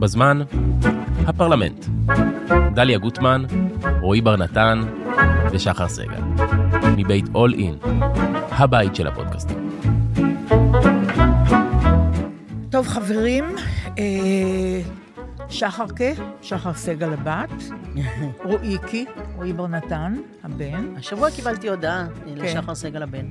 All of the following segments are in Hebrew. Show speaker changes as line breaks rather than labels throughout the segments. בזמן, הפרלמנט. דליה גוטמן, רועי בר נתן ושחר סגל. מבית All In, הבית של הפודקאסטים.
טוב, חברים, אה, שחרקה, שחר סגל הבת, רועיקי, רועי בר נתן, הבן.
השבוע קיבלתי הודעה
כן.
לשחר סגל הבן.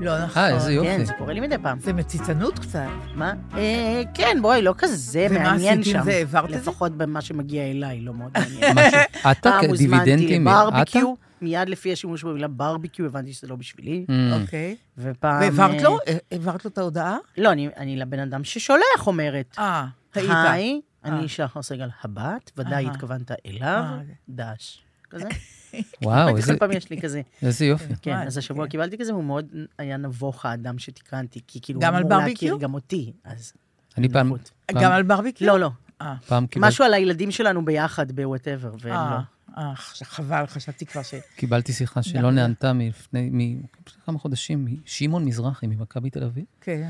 לא נכון.
אה, איזה יופי.
כן, זה קורה לי מדי פעם.
זה מציצנות קצת.
מה? אה, כן, בואי, לא כזה
ומה
מעניין
עשית עם
שם.
זה? העברת את זה?
לפחות במה שמגיע אליי, לא מאוד מעניין.
משהו. עטה
פעם הוזמנתי
כדיבידנדים
אה,
לברביקיו, מיד לפי השימוש במילה ברביקיו הבנתי שזה לא בשבילי,
Mm,
אוקיי.
ופעם...
והעברת
אה,
לו? אה, העברת לו את ההודעה?
לא, אני- אני לבן אדם ששולח אומרת.
אה, טעית.
היי, אני
אה.
שחר סגל הבת, ודאי
אהה.
התכוונת אליו,
אה, זה-
דש. כזה.
וואו,
כל
איזה-
פעם יש לי כזה.
איזה יופי.
כן,
וואי,
אז השבוע
כן.
קיבלתי כזה, הוא מאוד היה נבוך האדם שתיקנתי, כי כאילו
גם
הוא
על
אמור
ברביקיו?
להכיר גם אותי, אז...
אני פעם,
נחות.
פעם-
גם על ברביקיו?
לא, לא.
אה,
פעם קיבל-
משהו על הילדים שלנו ביחד בוואטאבר, ולא.
אה, אה, ח- חבל, חשבתי כבר ש...
קיבלתי שיחה שלא
גם-
נענתה מלפני, מ- לפני כמה חודשים, משמעון מזרחי ממכבי תל אביב.
כן.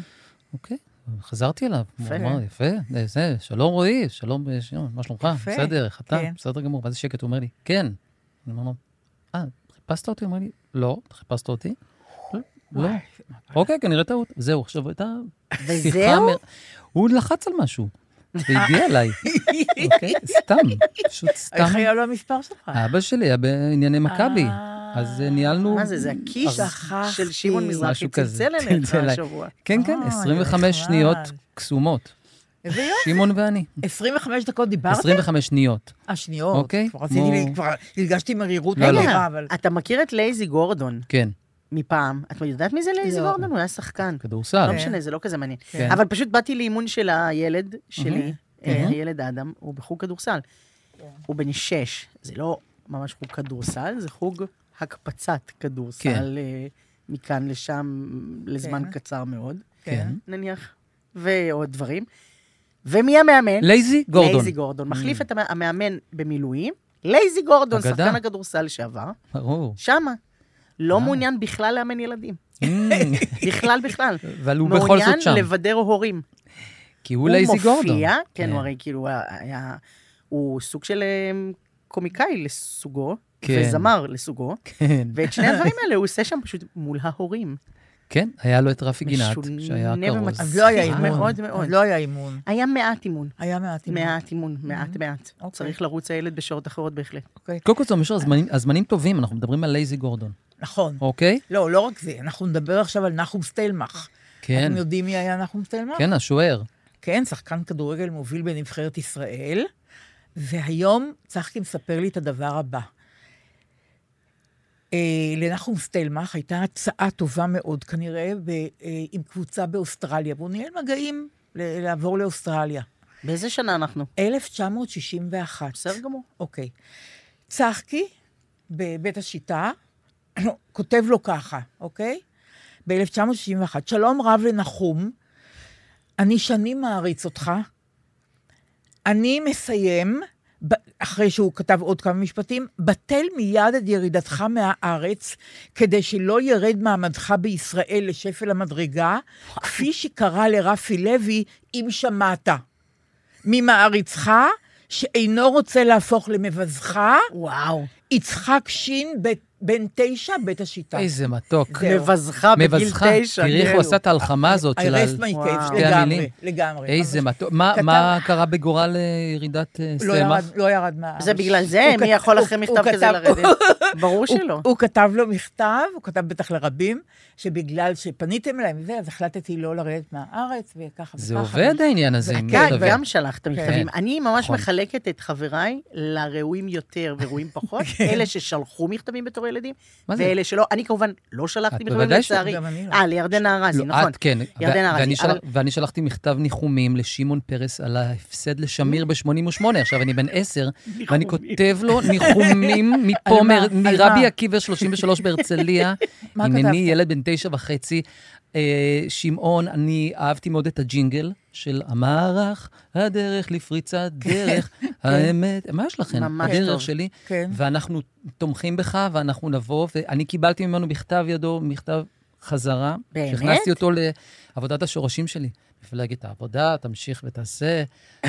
אוקיי, חזרתי אליו.
יפה.
יפה. הוא אמר, יפה, זה- זה, שלום רועי, שלום אה, שמעון, מה שלומך?
יפה.
בסדר, איך אתה?
כן.
בסדר גמור. ואז שקט, הוא אומר לי, כן. אני אומר לו, אה, חיפשת אותי? הוא אומר לי, לא, חיפשת אותי?
אה.
לא.
וואי,
אוקיי, כנראה טעות. זהו, עכשיו הייתה שיחה...
וזהו?
מ- הוא לחץ על משהו, והגיע אליי. אוקיי, סתם, פשוט סתם.
איך היה לו המספר שלך?
אבא שלי היה בענייני מכבי,
אה.
אז אה, ניהלנו...
מה זה, זה הקיש
אז-
של
שכחתי.
שמעון מזרחי
משהו כזה,
צלצל אליך
צלצל אליי.
השבוע.
כן, כן,
אוי,
25
נחמד.
שניות קסומות.
איזה יופי.
שמעון ואני.
25 דקות דיברתם?
25 שניות.
השניות.
אוקיי,
כבר רציתי,
כמו-
כבר הרגשתי מרירות
לא, לא.
מהירה, אה, אבל...
אתה מכיר את לייזי גורדון
כן,
מפעם? את יודעת מי זה לייזי
לא.
גורדון? הוא היה שחקן.
כדורסל.
לא משנה, זה לא כזה מעניין.
כן.
אבל פשוט באתי לאימון של הילד שלי, אה,
Mhm.
הילד האדם, הוא בחוג כדורסל. הוא בן שש, זה לא ממש חוג כדורסל, זה חוג הקפצת
כן.
כדורסל אה, מכאן לשם לזמן
כן.
קצר מאוד,
כן.
נניח, ועוד דברים. ומי המאמן?
לייזי גורדון. Mm.
לייזי גורדון. מחליף את המא- המאמן במילואים, לייזי גורדון,
אגדה.
שחקן הכדורסל לשעבר,
ברור.
שמה.
אה.
לא מעוניין בכלל לאמן ילדים.
Mm,
בכלל, בכלל.
אבל הוא בכל זאת שם.
מעוניין לבדר הורים.
כי הוא לייזי גורדון.
הוא מופיע, כן, הוא הרי כאילו היה... הוא סוג של אה, קומיקאי לסוגו,
כן.
וזמר לסוגו,
כן,
ואת שני הדברים האלה הוא עושה שם פשוט מול ההורים.
כן, היה לו את רפי גינת,
משונה
שהיה
ומצחיק.
כרוז.
אז לא היה
אה,
אימון.
מאוד מאוד.
אז לא היה אימון.
היה מעט אימון,
היה מעט אימון.
מעט אימון, מעט מעט.
אוקיי.
צריך לרוץ הילד בשעות אחרות בהחלט.
אוקיי.
קודם כל, זה אומר שהזמנים הזמנים טובים, אנחנו מדברים על לייזי גורדון,
נכון.
אוקיי?
לא, לא רק זה, אנחנו נדבר עכשיו על נחום סטלמך.
כן,
אתם יודעים מי היה נחום סטלמך?
כן, השוער.
כן, שחקן כדורגל מוביל בנבחרת ישראל, והיום צחקי מספר לי את הדבר הבא. אה, לנחום סטלמך הייתה הצעה טובה מאוד כנראה ב, אה, עם קבוצה באוסטרליה, והוא ניהל מגעים ל- לעבור לאוסטרליה.
באיזה שנה אנחנו?
1961.
בסדר גמור.
אוקיי. צחקי, בבית השיטה, כותב לו ככה, אוקיי? ב-1961, שלום רב לנחום, אני שנים מעריץ אותך, אני מסיים, ב- אחרי שהוא כתב עוד כמה משפטים, בטל מיד את ירידתך מהארץ, כדי שלא ירד מעמדך בישראל לשפל המדרגה, כפי שקרה לרפי לוי, אם שמעת. ממעריצך, שאינו רוצה להפוך למבזך,
וואו.
יצחק שין, בית- בן תשע, בית השיטה.
איזה מתוק.
זהו.
מבזך בגיל
מבזך,
תשע.
תראי איך
כאילו.
הוא עשה את ההלחמה הזאת
I
של
rest
ה...
my
וואו.
case,
שתי
לגמרי,
המילים.
לגמרי.
איזה
אבל
מתוק. מה-
אה, כתב-
מה קרה בגורל אה, ירידת אה,
לא ירד-
סלמך?
לא ירד מהארץ.
זה בגלל זה?
הוא
מי
כת-
יכול אחרי
הוא-
מכתב
הוא
כזה לא
כתב-
לרדת? ברור
הוא-
שלא.
הוא כתב לו מכתב, הוא כתב בטח לרבים, שבגלל שפניתם אליי וזה, אז החלטתי לא לרדת מהארץ, וככה וככה.
זה עובד
אה,
העניין הזה,
זה-
עם
כן,
מכתבים.
גם שלחת מכתבים. אני ממש
נכון.
מחלקת את חבריי לראויים יותר וראויים פחות, אלה ששלחו מכתבים בתור ילדים,
כן. מה זה?
ואלה שלא. אני כמובן לא
את
שלחתי מכתבים
בוודאי
לצערי.
גם אני לא.
אה, לירדנה
לא,
ארזי, נכון.
את כן.
ירדן
ו-
ארזי,
ואני של-
אבל-
ואני שלחתי מכתב ניחומים לשמעון פרס על ההפסד לשמיר ב-88, עכשיו אני בן 10, ואני כותב לו ניחומים מפה,
על מה?
מר-
על
מרבי
מה?
עקיבא 33 בהרצליה.
אה,
מה
הנני
כתבת?
ילד בן תשע וחצי. אה, שמעון, אני אהבתי מאוד את הג'ינגל של המערך, הדרך לפריצת דרך, האמת, מה יש לכם?
כן. ממש טוב.
הדרך שלי.
כן.
ואנחנו תומכים בך, ואנחנו נבוא, ואני קיבלתי ממנו בכתב ידו, מכתב חזרה.
באמת?
שהכנסתי אותו לעבודת השורשים שלי. מפלגת העבודה, תמשיך ותעשה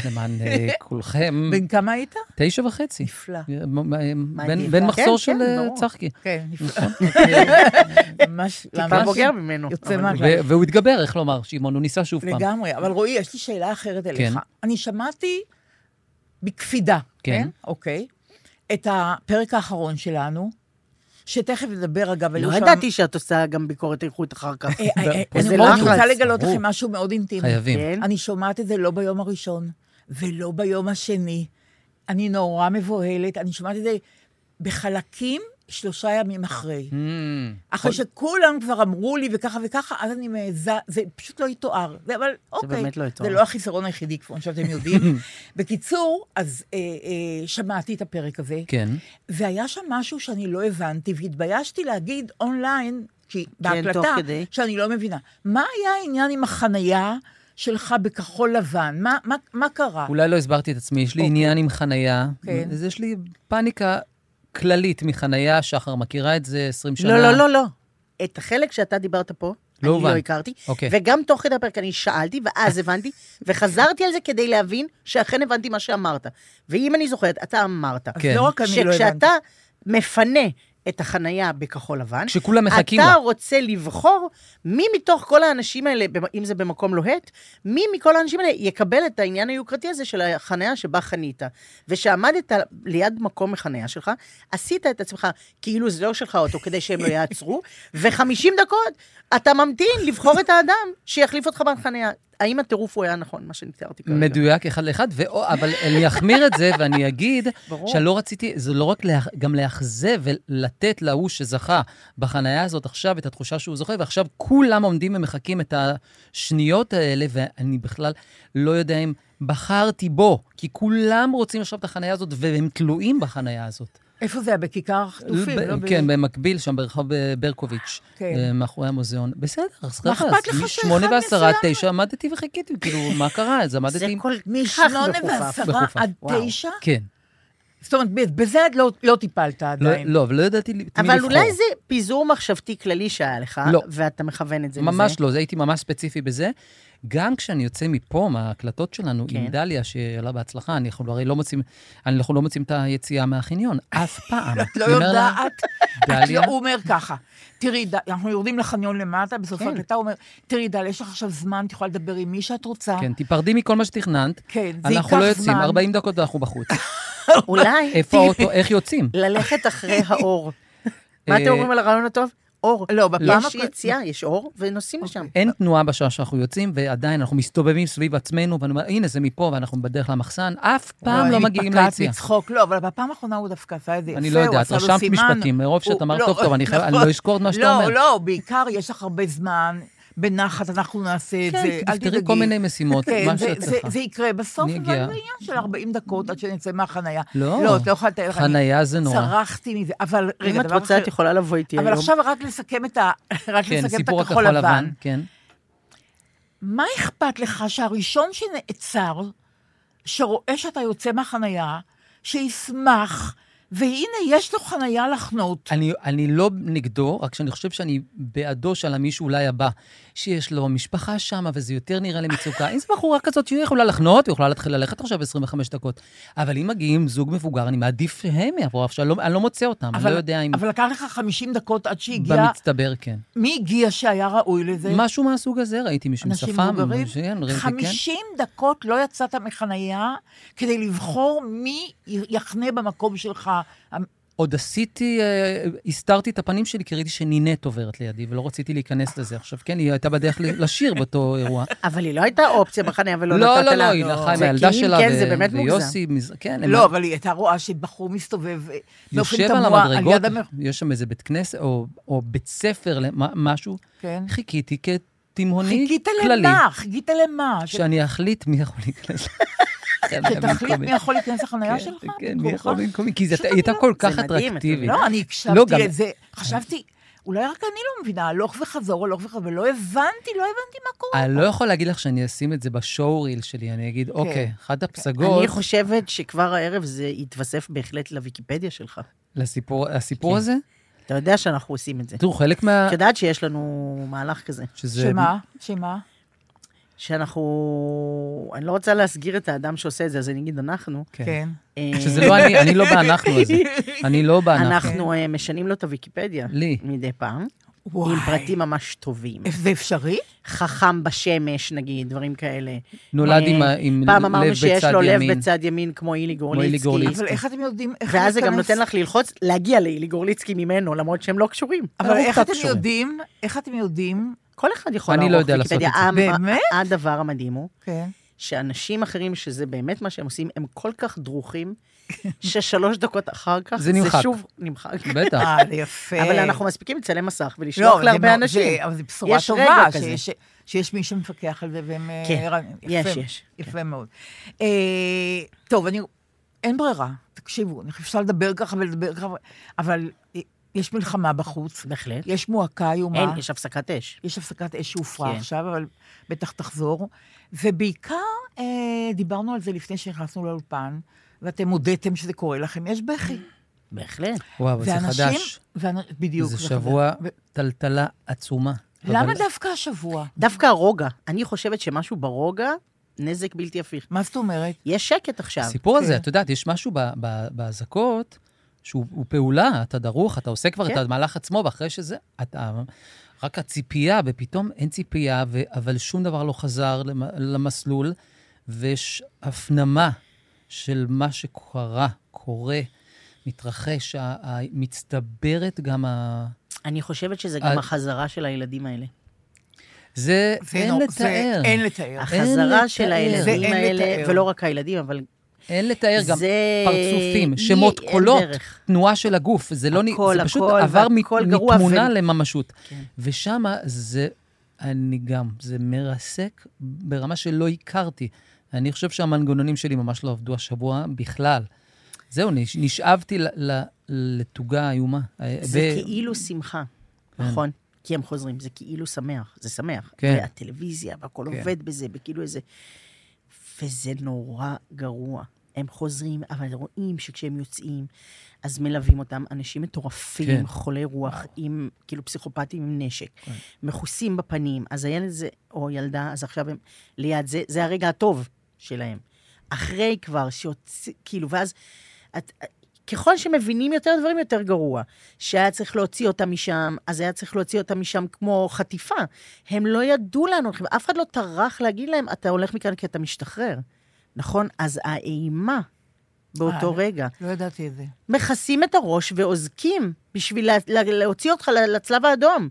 למען אה, כולכם.
בן כמה היית?
תשע וחצי.
נפלא.
בן,
מדהים.
בן
כן,
מחסור
כן,
של אה,
ברור.
צחקי.
כן, נפלא.
נכון.
ממש,
טיפה
ממש
בוגר ממנו.
יוצא
אבל-
מהכלל.
ו- והוא התגבר, איך לומר, שמעון, הוא ניסה שוב פעם.
לגמרי. אבל רועי, יש לי שאלה אחרת אליך.
כן.
אני שמעתי בקפידה,
כן.
כן? אוקיי. את הפרק האחרון שלנו, שתכף נדבר, אגב,
לא
היו שם-
ידעתי לא שאת עושה גם ביקורת איכות אחר כך.
אה, אה, אה,
וזה
אני מאוד
לחץ.
רוצה לגלות
ברור.
לכם משהו מאוד אינטימי.
חייבים.
כן?
אני שומעת את זה לא ביום הראשון, ולא ביום השני. אני נורא מבוהלת, אני שומעת את זה בחלקים שלושה ימים אחרי.
Mm.
אחרי שכולם כבר אמרו לי וככה וככה, אז אני מעיזה, זה פשוט לא יתואר. זה, אבל אוקיי.
באמת לא יתואר.
זה לא החיסרון היחידי, כמו שאתם יודעים. בקיצור, אז אה, אה, שמעתי את הפרק הזה,
כן.
אה.
והיה שם משהו שאני לא הבנתי, והתביישתי להגיד אונליין, כי בהקלטה,
תוך כדי.
שאני לא מבינה. מה היה העניין עם החנייה שלך בכחול לבן? מה, מה, מה קרה?
אולי לא הסברתי את עצמי, יש לי
אוקיי.
עניין עם חנייה.
כן.
אז יש לי פאניקה כללית מחנייה, שחר מכירה את זה 20 שנה.
לא, לא, לא, לא. את החלק שאתה דיברת פה,
לא
אני
הובן.
לא הכרתי.
אוקיי.
וגם תוך כדי הפרק אני שאלתי, ואז הבנתי, וחזרתי על זה כדי להבין שאכן הבנתי מה שאמרת. ואם אני זוכרת, אתה אמרת,
אז
כן.
לא רק אני לא הבנתי.
שכשאתה מפנה את החנייה בכחול לבן,
כשכולם מחכים
אתה
לה.
רוצה לבחור מי מתוך כל האנשים האלה, במ- אם זה במקום לוהט, מי מכל האנשים האלה יקבל את העניין היוקרתי הזה של החניה שבה חנית. ושעמדת ליד מקום החניה שלך, עשית את עצמך כאילו זה לא שלך אוטו, כדי שהם לא יעצרו, ו-50 דקות אתה ממתין לבחור את האדם שיחליף אותך בחניה. האם הטירוף הוא היה נכון, מה שנתארתי כרגע?
מדויק אחד לאחד, ואו- אבל אני אחמיר את זה ואני אגיד
ברור.
שלא רציתי, זה לא רק לה, גם לאכזב ולתת להוא שזכה בחנייה הזאת עכשיו את התחושה שהוא זוכה, ועכשיו כולם עומדים ומחכים את השניות האלה, ואני בכלל לא יודע אם בחרתי בו, כי כולם רוצים עכשיו את החנייה הזאת, והם תלויים בחנייה הזאת.
איפה זה היה? בכיכר החטופים?
ב-
לא ב-
כן, במקביל, שם ברחוב אה, ברקוביץ',
כן.
אה, מאחורי המוזיאון. בסדר, אז
מה
ככה,
אכפת
אז
לך
מ-
שאחד
שמונה ועשרה,
מסוים?
תשע, עמדתי וחיכיתי, כאילו, מה קרה? אז
זה
עמדתי... עם-
כל כך
משמונה
מכופף.
ועשרה
מכופף.
עד
וואו.
תשע?
כן.
זאת אומרת, בזה את לא- לא טיפלת
לא,
עדיין.
לא, אבל לא ידעתי לי- את מי לבחור.
אבל אולי זה פיזור מחשבתי כללי שהיה לך,
לא.
ואתה מכוון את זה לזה.
ממש לא, זה הייתי ממש ספציפי בזה. גם כשאני יוצא מפה, מההקלטות שלנו עם
כן.
דליה, שעלה בהצלחה, אני- אנחנו הרי לא מוצאים, אנחנו לא מוצאים את היציאה מהחניון, אף פעם.
את לא
אני אומר לה,
יודעת. את
דליה,
לא- הוא אומר ככה, תראי, ד- אנחנו יורדים לחניון למטה, בסוף
כן.
ההקלטה הוא אומר, תראי, דל, יש לך עכשיו זמן, את יכולה לדבר עם מי שאת רוצה.
כן, תיפרדי מכל מה שתכננת.
כן, זה ייקח
אנחנו לא יוצאים,
זמן.
40 דקות ואנחנו בחוץ.
אולי
לא. איפה האוטו, איך יוצאים?
ללכת אחרי האור. מה
אה,
אתם אומרים על הרעיון הטוב? אור.
לא, בפעם
יש
הקודמת-
יציאה, יש אור, ונוסעים לשם.
אוקיי. אין תנועה בשעה שאנחנו יוצאים, ועדיין אנחנו מסתובבים סביב עצמנו, ואני אומר, הנה, זה מפה, ואנחנו בדרך למחסן, אף פעם לא
אני
מגיעים
מתפקעת
ליציאה.
מצחוק, לא, אבל בפעם האחרונה הוא דווקא עשה את זה יפה,
אני לא יודע,
הוא
את
עשה לו
רשמת
סימן.
משפטים, מרוב שאת
הוא-
אמרת,
לא,
"טוב, טוב, אני חייב- אני לא
נכון.
אזכור את מה שאתה אומר.
לא, לא, בעיקר יש לך הרבה זמן, בנחת אנחנו נעשה את זה,
כן,
אל
תפתרי
תדאגי.
כל מיני משימות,
כן,
מה
זה-
שאת
זה-
צריכה.
זה יקרה בסוף,
אני
אבל זה
אגיע.
עניין של 40 דקות עד שנצא מהחנייה.
לא.
לא, את לא יכולה לתאר לך. אני
חנייה זה נורא.
צרחתי מזה, אבל רגע,
אם את
דבר
רוצה,
אחר.
את יכולה לבוא איתי היום.
אבל עכשיו רק לסכם את ה- רק
כן,
לסכם את
סיפור
הכחול לבן.
כן.
מה אכפת לך שהראשון שנעצר, שרואה שאתה יוצא מהחנייה, שישמח, והנה, יש לו חנייה לחנות.
אני, אני לא נגדו, רק שאני חושב שאני בעדו של המישהו אולי הבא, שיש לו משפחה שמה, וזה יותר נראה לי מצוקה. אם זו בחורה כזאת שהיא יכולה לחנות, היא יכולה להתחיל ללכת עכשיו 25 דקות. אבל אם מגיעים זוג מבוגר, אני מעדיף שהם יעברו עכשיו, אני לא, אני לא מוצא אותם, אני לא יודע אם...
אבל לקח לך 50 דקות עד שהגיע...
במצטבר, כן.
מי הגיע שהיה ראוי לזה?
משהו מהסוג הזה, ראיתי מישהו עם
אנשים
שפם.
מבוגרים?
כן, ראיתי, כן.
50 דקות לא יצאת מחנייה כדי לבחור מי יחנה במקום שלך.
עוד עשיתי, אה, הסתרתי את הפנים שלי, כי ראיתי שנינט עוברת לידי, ולא רציתי להיכנס לזה עכשיו. כן, היא הייתה בדרך ל- לשיר באותו אירוע.
אבל היא לא הייתה אופציה בחניה ולא
לא,
נתת
לא,
לה.
לא, היא נחה עם
זה
הילדה
כי אם
שלה,
כן, זה
ו-
באמת מוגזם.
ויוסי, מז- כן, הם-
לא, אבל היא הייתה רואה שבחור מסתובב אה, באופן
יושב על
תמוה על
המדרגות,
יד המר...
יש שם איזה בית כנסת, או- או בית ספר, למ- משהו.
כן.
חיכיתי כתימהוני
חיכית
כללי,
למה? חיכית למה? ש-
שאני אחליט מי יכול להיכנס.
שתחליט מי יכול נכון, להיכנס לחניה
כן,
שלך?
כן, מי
במקומך?
יכול במקומי, כי זה-
פשוט
היא הייתה
אני
כל כך
מדהים, אתה
אטרקטיבית.
לא, אני
לא, גם-
הקשבתי לזה, חשבתי, אולי רק אני לא מבינה, הלוך וחזור, הלוך וחזור, ולא הבנתי, לא הבנתי מה קורה.
אני לא יכול להגיד לך שאני אשים את זה בשואו-ריל שלי, אני אגיד, אוקיי, אחת הפסגות
כן. אני חושבת שכבר הערב זה יתווסף בהחלט לוויקיפדיה שלך.
לסיפור הסיפור
כן.
הזה,
אתה יודע שאנחנו עושים את זה.
תראו, חלק מה...
את יודעת שיש לנו מהלך כזה,
שזה...
שמה? שמה?
שאנחנו... אני לא רוצה להסגיר את האדם שעושה את זה, אז אני אגיד אנחנו.
כן.
אה,
שזה לא אני, אני לא באנחנו הזה. אני לא באנחנו.
אנחנו אה, משנים לו את הוויקיפדיה.
לי.
מדי פעם.
וואי.
עם פרטים ממש טובים.
זה אפשרי?
חכם בשמש, נגיד, דברים כאלה.
נולד
אה,
עם ה- עם
פעם
לב
אמרנו שיש
בצד
לו לב
ימין.
בצד ימין, כמו אילי
אילי גורליצקי.
גורליצקי.
אבל איך אתם יודעים... איך
ואז זה גם
להיכנס-
נותן לך ללחוץ, להגיע לאילי גורליצקי ממנו, למרות שהם לא קשורים.
אבל
אנחנו
איך
קצת
אתם
קשורים.
יודעים... איך אתם יודעים...
כל אחד יכול
אני לא
לערוך
יודע לעשות
ויקיפדיה.
את
זה.
המ-
באמת?
הדבר המדהים הוא
כן.
שאנשים אחרים, שזה באמת מה שהם עושים, הם כל כך דרוכים, ששלוש דקות אחר כך,
זה נמחק.
שוב נמחק.
בטח.
אה, יפה.
אבל אנחנו מספיקים לצלם מסך
לא, אבל
ולשלוח
זה
להרבה
מאוד-
אנשים.
זה- אבל זו בשורה
יש רגע
טובה,
כזה.
שיש- שיש מי שמפקח על זה, והם... אה,
כן,
ערניים.
יש,
יפה,
יש, כן.
יפה מאוד. אה, טוב, אני... אין ברירה, תקשיבו, אני חושבת שאפשר לדבר ככה ולדבר ככה, אבל אה, יש מלחמה בחוץ,
בהחלט.
יש מועקה איומה.
אין, יש הפסקת אש.
יש הפסקת אש שהופרה
כן.
כן. עכשיו, אבל בטח תחזור. ובעיקר, אה, דיברנו על זה לפני שנכנסנו לאולפן, ואתם הודיתם שזה קורה לכם, יש בכי.
בהחלט.
וואו, אבל זה
ואנשים-
חדש.
ואנ- בדיוק.
זה
חדש.
שבוע
ו-
טלטלה עצומה.
למה
אבל-
דווקא השבוע?
דווקא הרוגע. אני חושבת שמשהו ברוגע, נזק בלתי הפיך.
מה זאת אומרת?
יש שקט עכשיו.
הסיפור הזה,
כן.
את יודעת, יש משהו ב- ב- באזעקות שהוא הוא פעולה, אתה דרוך, אתה עושה כבר את
כן.
המהלך עצמו, ואחרי שזה, אתה... רק הציפייה, ופתאום אין ציפייה, ו... אבל שום דבר לא חזר למ- למסלול, ויש הפנמה של מה שקרה, קורה, מתרחש, ה- ה- מצטברת גם ה...
אני חושבת שזה
אה.
גם החזרה של הילדים האלה.
זה
זה
אין
נו- זה
לתאר.
אין לתאר.
החזרה של
לתאר.
זה
הילדים
אין
האלה,
לתאר.
ולא רק הילדים, אבל
אין לתאר גם
זה-
פרצופים,
אי,
שמות,
אין
קולות,
דרך.
תנועה של הגוף. זה לא... נ-
הכל,
זה פשוט
הכל,
עבר מת-
והכל גרוע,
מתמונה
ו-
לממשות.
כן.
ושמה זה, אני גם, זה מרסק ברמה שלא הכרתי. אני חושב שהמנגנונים שלי ממש לא עבדו השבוע בכלל. זהו, נש- נשאבתי ל- ל- לתוגה האיומה.
זה
ו-
כאילו שמחה, נכון? כי הם חוזרים, זה כאילו שמח, זה שמח.
כן.
והטלוויזיה, והכל
כן.
עובד בזה, וכאילו איזה... וזה נורא גרוע. הם חוזרים, אבל רואים שכשהם יוצאים, אז מלווים אותם אנשים מטורפים,
כן.
כן. חולי רוח, עם, כאילו פסיכופטים עם נשק, מכוסים בפנים. אז הילד הזה, או ילדה, אז עכשיו הם ליד זה, זה הרגע הטוב שלהם. אחרי כבר, שיוצא, כאילו, ואז את, ככל שמבינים יותר דברים, יותר גרוע. שהיה צריך להוציא אותם משם, אז היה צריך להוציא אותם משם כמו חטיפה. הם לא ידעו לאן הולכים, אף אחד לא טרח להגיד להם, אתה הולך מכאן כי אתה משתחרר. נכון? אז האימה באותו
אה.
רגע.
לא ידעתי את זה.
מכסים את הראש ואוזקים בשביל לה, לה, להוציא אותך ל- לצלב האדום.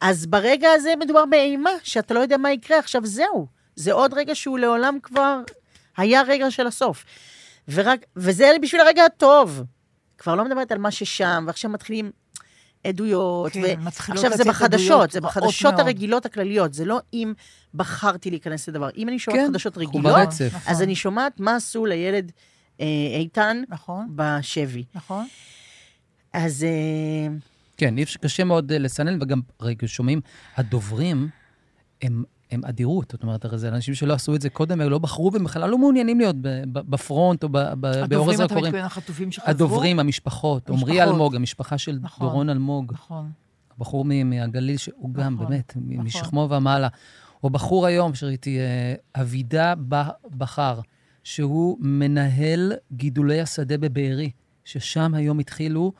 אז ברגע הזה מדובר באימה, שאתה לא יודע מה יקרה, עכשיו זהו. זה עוד רגע שהוא לעולם כבר היה רגע של הסוף. ורק, וזה בשביל הרגע הטוב. כבר לא מדברת על מה ששם, ועכשיו מתחילים עדויות.
כן, מתחילות
עכשיו זה
לצאת
בחדשות,
עדויות
זה
רעות
בחדשות
מאוד.
הרגילות הכלליות, זה לא אם בחרתי להיכנס לדבר. אם אני שומעת
כן,
חדשות
אנחנו
רגילות,
ברצף.
נכון,
אז אני שומעת מה עשו לילד אה, איתן
נכון,
בשבי.
נכון.
אז אה,
כן, אי אפשר, קשה מאוד אה, לסנן, וגם, רגע, שומעים, הדוברים הם, הם אדירות. זאת אומרת, הרי זה אנשים שלא עשו את זה קודם, הם לא בחרו והם בכלל לא מעוניינים להיות ב, ב, בפרונט או ב, ב, באור
הדוברים, אתה
הזרקורים.
מתכוון לחטופים שחזרו?
הדוברים, המשפחות, עמרי
המשפחות.
אלמוג, המשפחה של
נכון.
דורון אלמוג,
נכון.
הבחור מ- מהגליל, שהוא גם,
נכון,
באמת, מ-
נכון.
משכמו ומעלה. או בחור היום, שראיתי, אה, אבידע ב- בכר, שהוא מנהל גידולי השדה בבארי, ששם היום התחילו...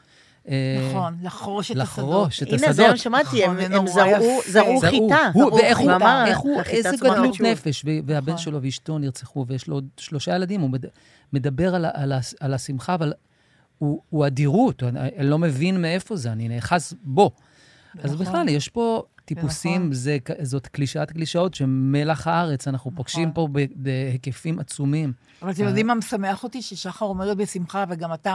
אה,
נכון, לחרוש את השדות.
לחרוש את השדות.
הנה, זה היום שמעתי, הם
נכון,
הם
נורא
זרעו
יפה.
זרעו
זהו,
חיטה.
הוא,
זרעו
ואיך הוא,
חיטה.
איך הוא,
החיטה
איזה
צמחה
גדלות
משהו.
נפש, ו- והבן
נכון.
שלו ואשתו נרצחו, ויש לו עוד שלושה ילדים, הוא מד- מדבר על, ה- על, ה- על השמחה, אבל הוא, הוא אדירות, אני, אני לא מבין מאיפה זה, אני נאחז בו. אז
נכון.
בכלל, יש פה טיפוסים,
נכון.
זה, כ- זאת קלישאת קלישאות, שמלח הארץ, אנחנו פוגשים פה ב- בהיקפים עצומים.
אבל אתם יודעים מה משמח אותי? ששחר אומרת בשמחה, וגם אתה,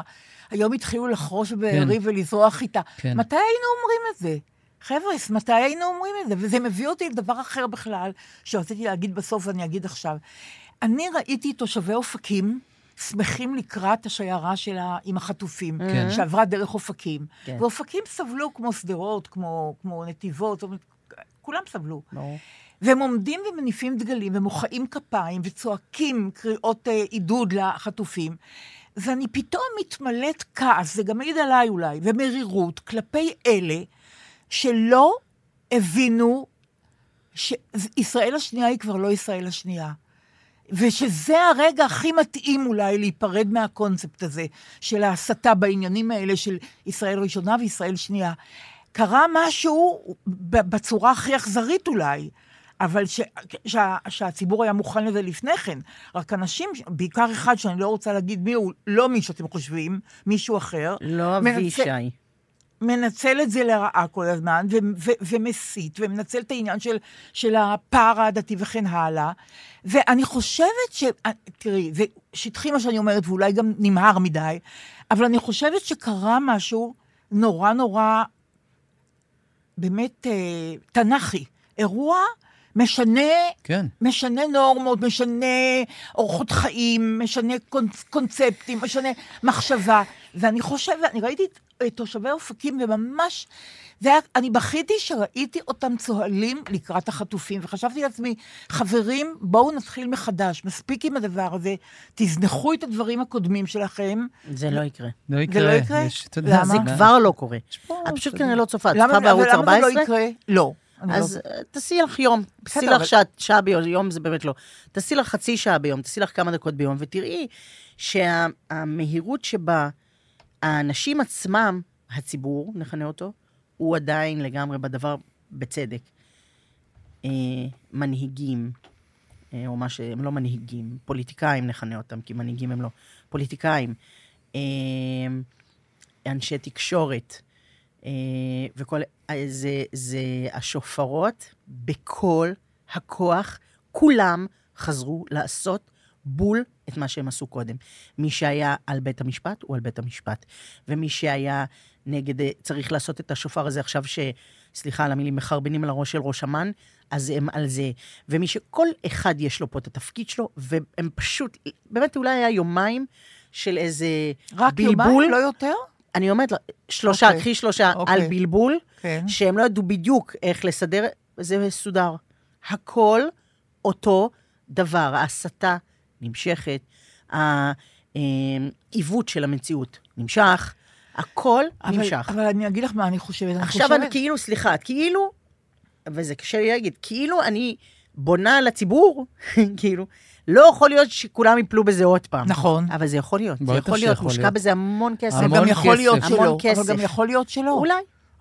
היום התחילו לחרוש
כן.
בארי ולזרוע חיטה.
כן.
מתי היינו אומרים את זה? חבר'ס, מתי היינו אומרים את זה? וזה מביא אותי לדבר אחר בכלל, שרציתי להגיד בסוף ואני אגיד עכשיו. אני ראיתי תושבי אופקים שמחים לקראת השיירה שלה עם החטופים,
כן.
שעברה דרך אופקים.
כן.
ואופקים סבלו כמו שדרות, כמו, כמו נתיבות, זאת אומרת, כולם סבלו.
ברור.
והם עומדים ומניפים דגלים ומוחאים כפיים וצועקים קריאות אה, עידוד לחטופים. ואני פתאום מתמלאת כעס, זה גם מעיד עליי אולי, ומרירות כלפי אלה שלא הבינו שישראל השנייה היא כבר לא ישראל השנייה. ושזה הרגע הכי מתאים אולי להיפרד מהקונספט הזה של ההסתה בעניינים האלה של ישראל ראשונה וישראל שנייה. קרה משהו ב- בצורה הכי אכזרית אולי, אבל ש, שה, שהציבור היה מוכן לזה לפני כן. רק אנשים, בעיקר אחד שאני לא רוצה להגיד מי הוא, לא מי שאתם חושבים, מישהו אחר.
לא
מנצל-
אבישי.
מנצל את זה לרעה כל הזמן, ו- ו- ומסית, ומנצל את העניין של, של הפער העדתי וכן הלאה. ואני חושבת ש... אה, תראי, זה שטחי מה שאני אומרת, ואולי גם נמהר מדי, אבל אני חושבת שקרה משהו נורא נורא, באמת, אה, תנ"כי. אירוע משנה
כן.
משנה נורמות, משנה אורחות חיים, משנה קונצ- קונספטים, משנה מחשבה. ואני חושבת, אני ראיתי את- את תושבי אופקים, וממש, זה היה, אני בכיתי שראיתי אותם צוהלים לקראת החטופים, וחשבתי לעצמי, חברים, בואו נתחיל מחדש, מספיק עם הדבר הזה, תזנחו את הדברים הקודמים שלכם.
זה לא יקרה.
לא יקרה.
לא יקרה?
יש- אתה יודע,
למה?
זה כבר לא קורה. את פשוט כנראה לא צופה, את צופה
אבל
בערוץ
למה זה לא
14?
יקרה? לא. אני לא-
אז אה, תעשי לך יום, תעשי
בסדר,
לך
אבל-
שעה, שעה ביום, יום זה באמת לא. תעשי לך חצי שעה ביום, תעשי לך כמה דקות ביום, ותראי שהמהירות שבה האנשים עצמם, הציבור, נכנה אותו, הוא עדיין לגמרי בדבר, בצדק. אה, מנהיגים, אה, או מה שהם לא מנהיגים, פוליטיקאים נכנה אותם, כי מנהיגים הם לא, פוליטיקאים, אה, אנשי תקשורת, אה, וכל... אה, זה, זה השופרות בכל הכוח, כולם חזרו לעשות בול את מה שהם עשו קודם. מי שהיה על בית המשפט, הוא על בית המשפט. ומי שהיה נגד, אה, צריך לעשות את השופר הזה עכשיו ש... סליחה על המילים, מחרבנים על הראש של ראש אמ"ן, אז הם על זה. ומי שכל אחד יש לו פה את התפקיד שלו, והם פשוט, באמת אולי היה יומיים של איזה
רק
בלבול.
יומיים, לא יותר?
אני אומרת, לה, שלושה,
אוקיי.
קחי שלושה
אוקיי.
על בלבול,
כן.
שהם לא ידעו בדיוק איך לסדר, זה סודר. הכל אותו דבר. ההסתה נמשכת, העיוות של המציאות נמשך, הכל
אבל-
נמשך.
אבל אני אגיד לך מה אני חושבת. אני
עכשיו
חושבת-
אני כאילו, סליחה, את כאילו, וזה קשה לי להגיד, כאילו אני בונה על הציבור, כאילו, לא יכול להיות שכולם יפלו בזה עוד פעם.
נכון.
אבל זה יכול להיות, זה
בטח
יכול להיות,
שיכול
מושקע
להיות.
בזה המון כסף.
זה
המון לא.
גם יכול להיות
כסף.
שלא,
המון
אבל גם
כסף.
יכול להיות שלא. אה,
אולי.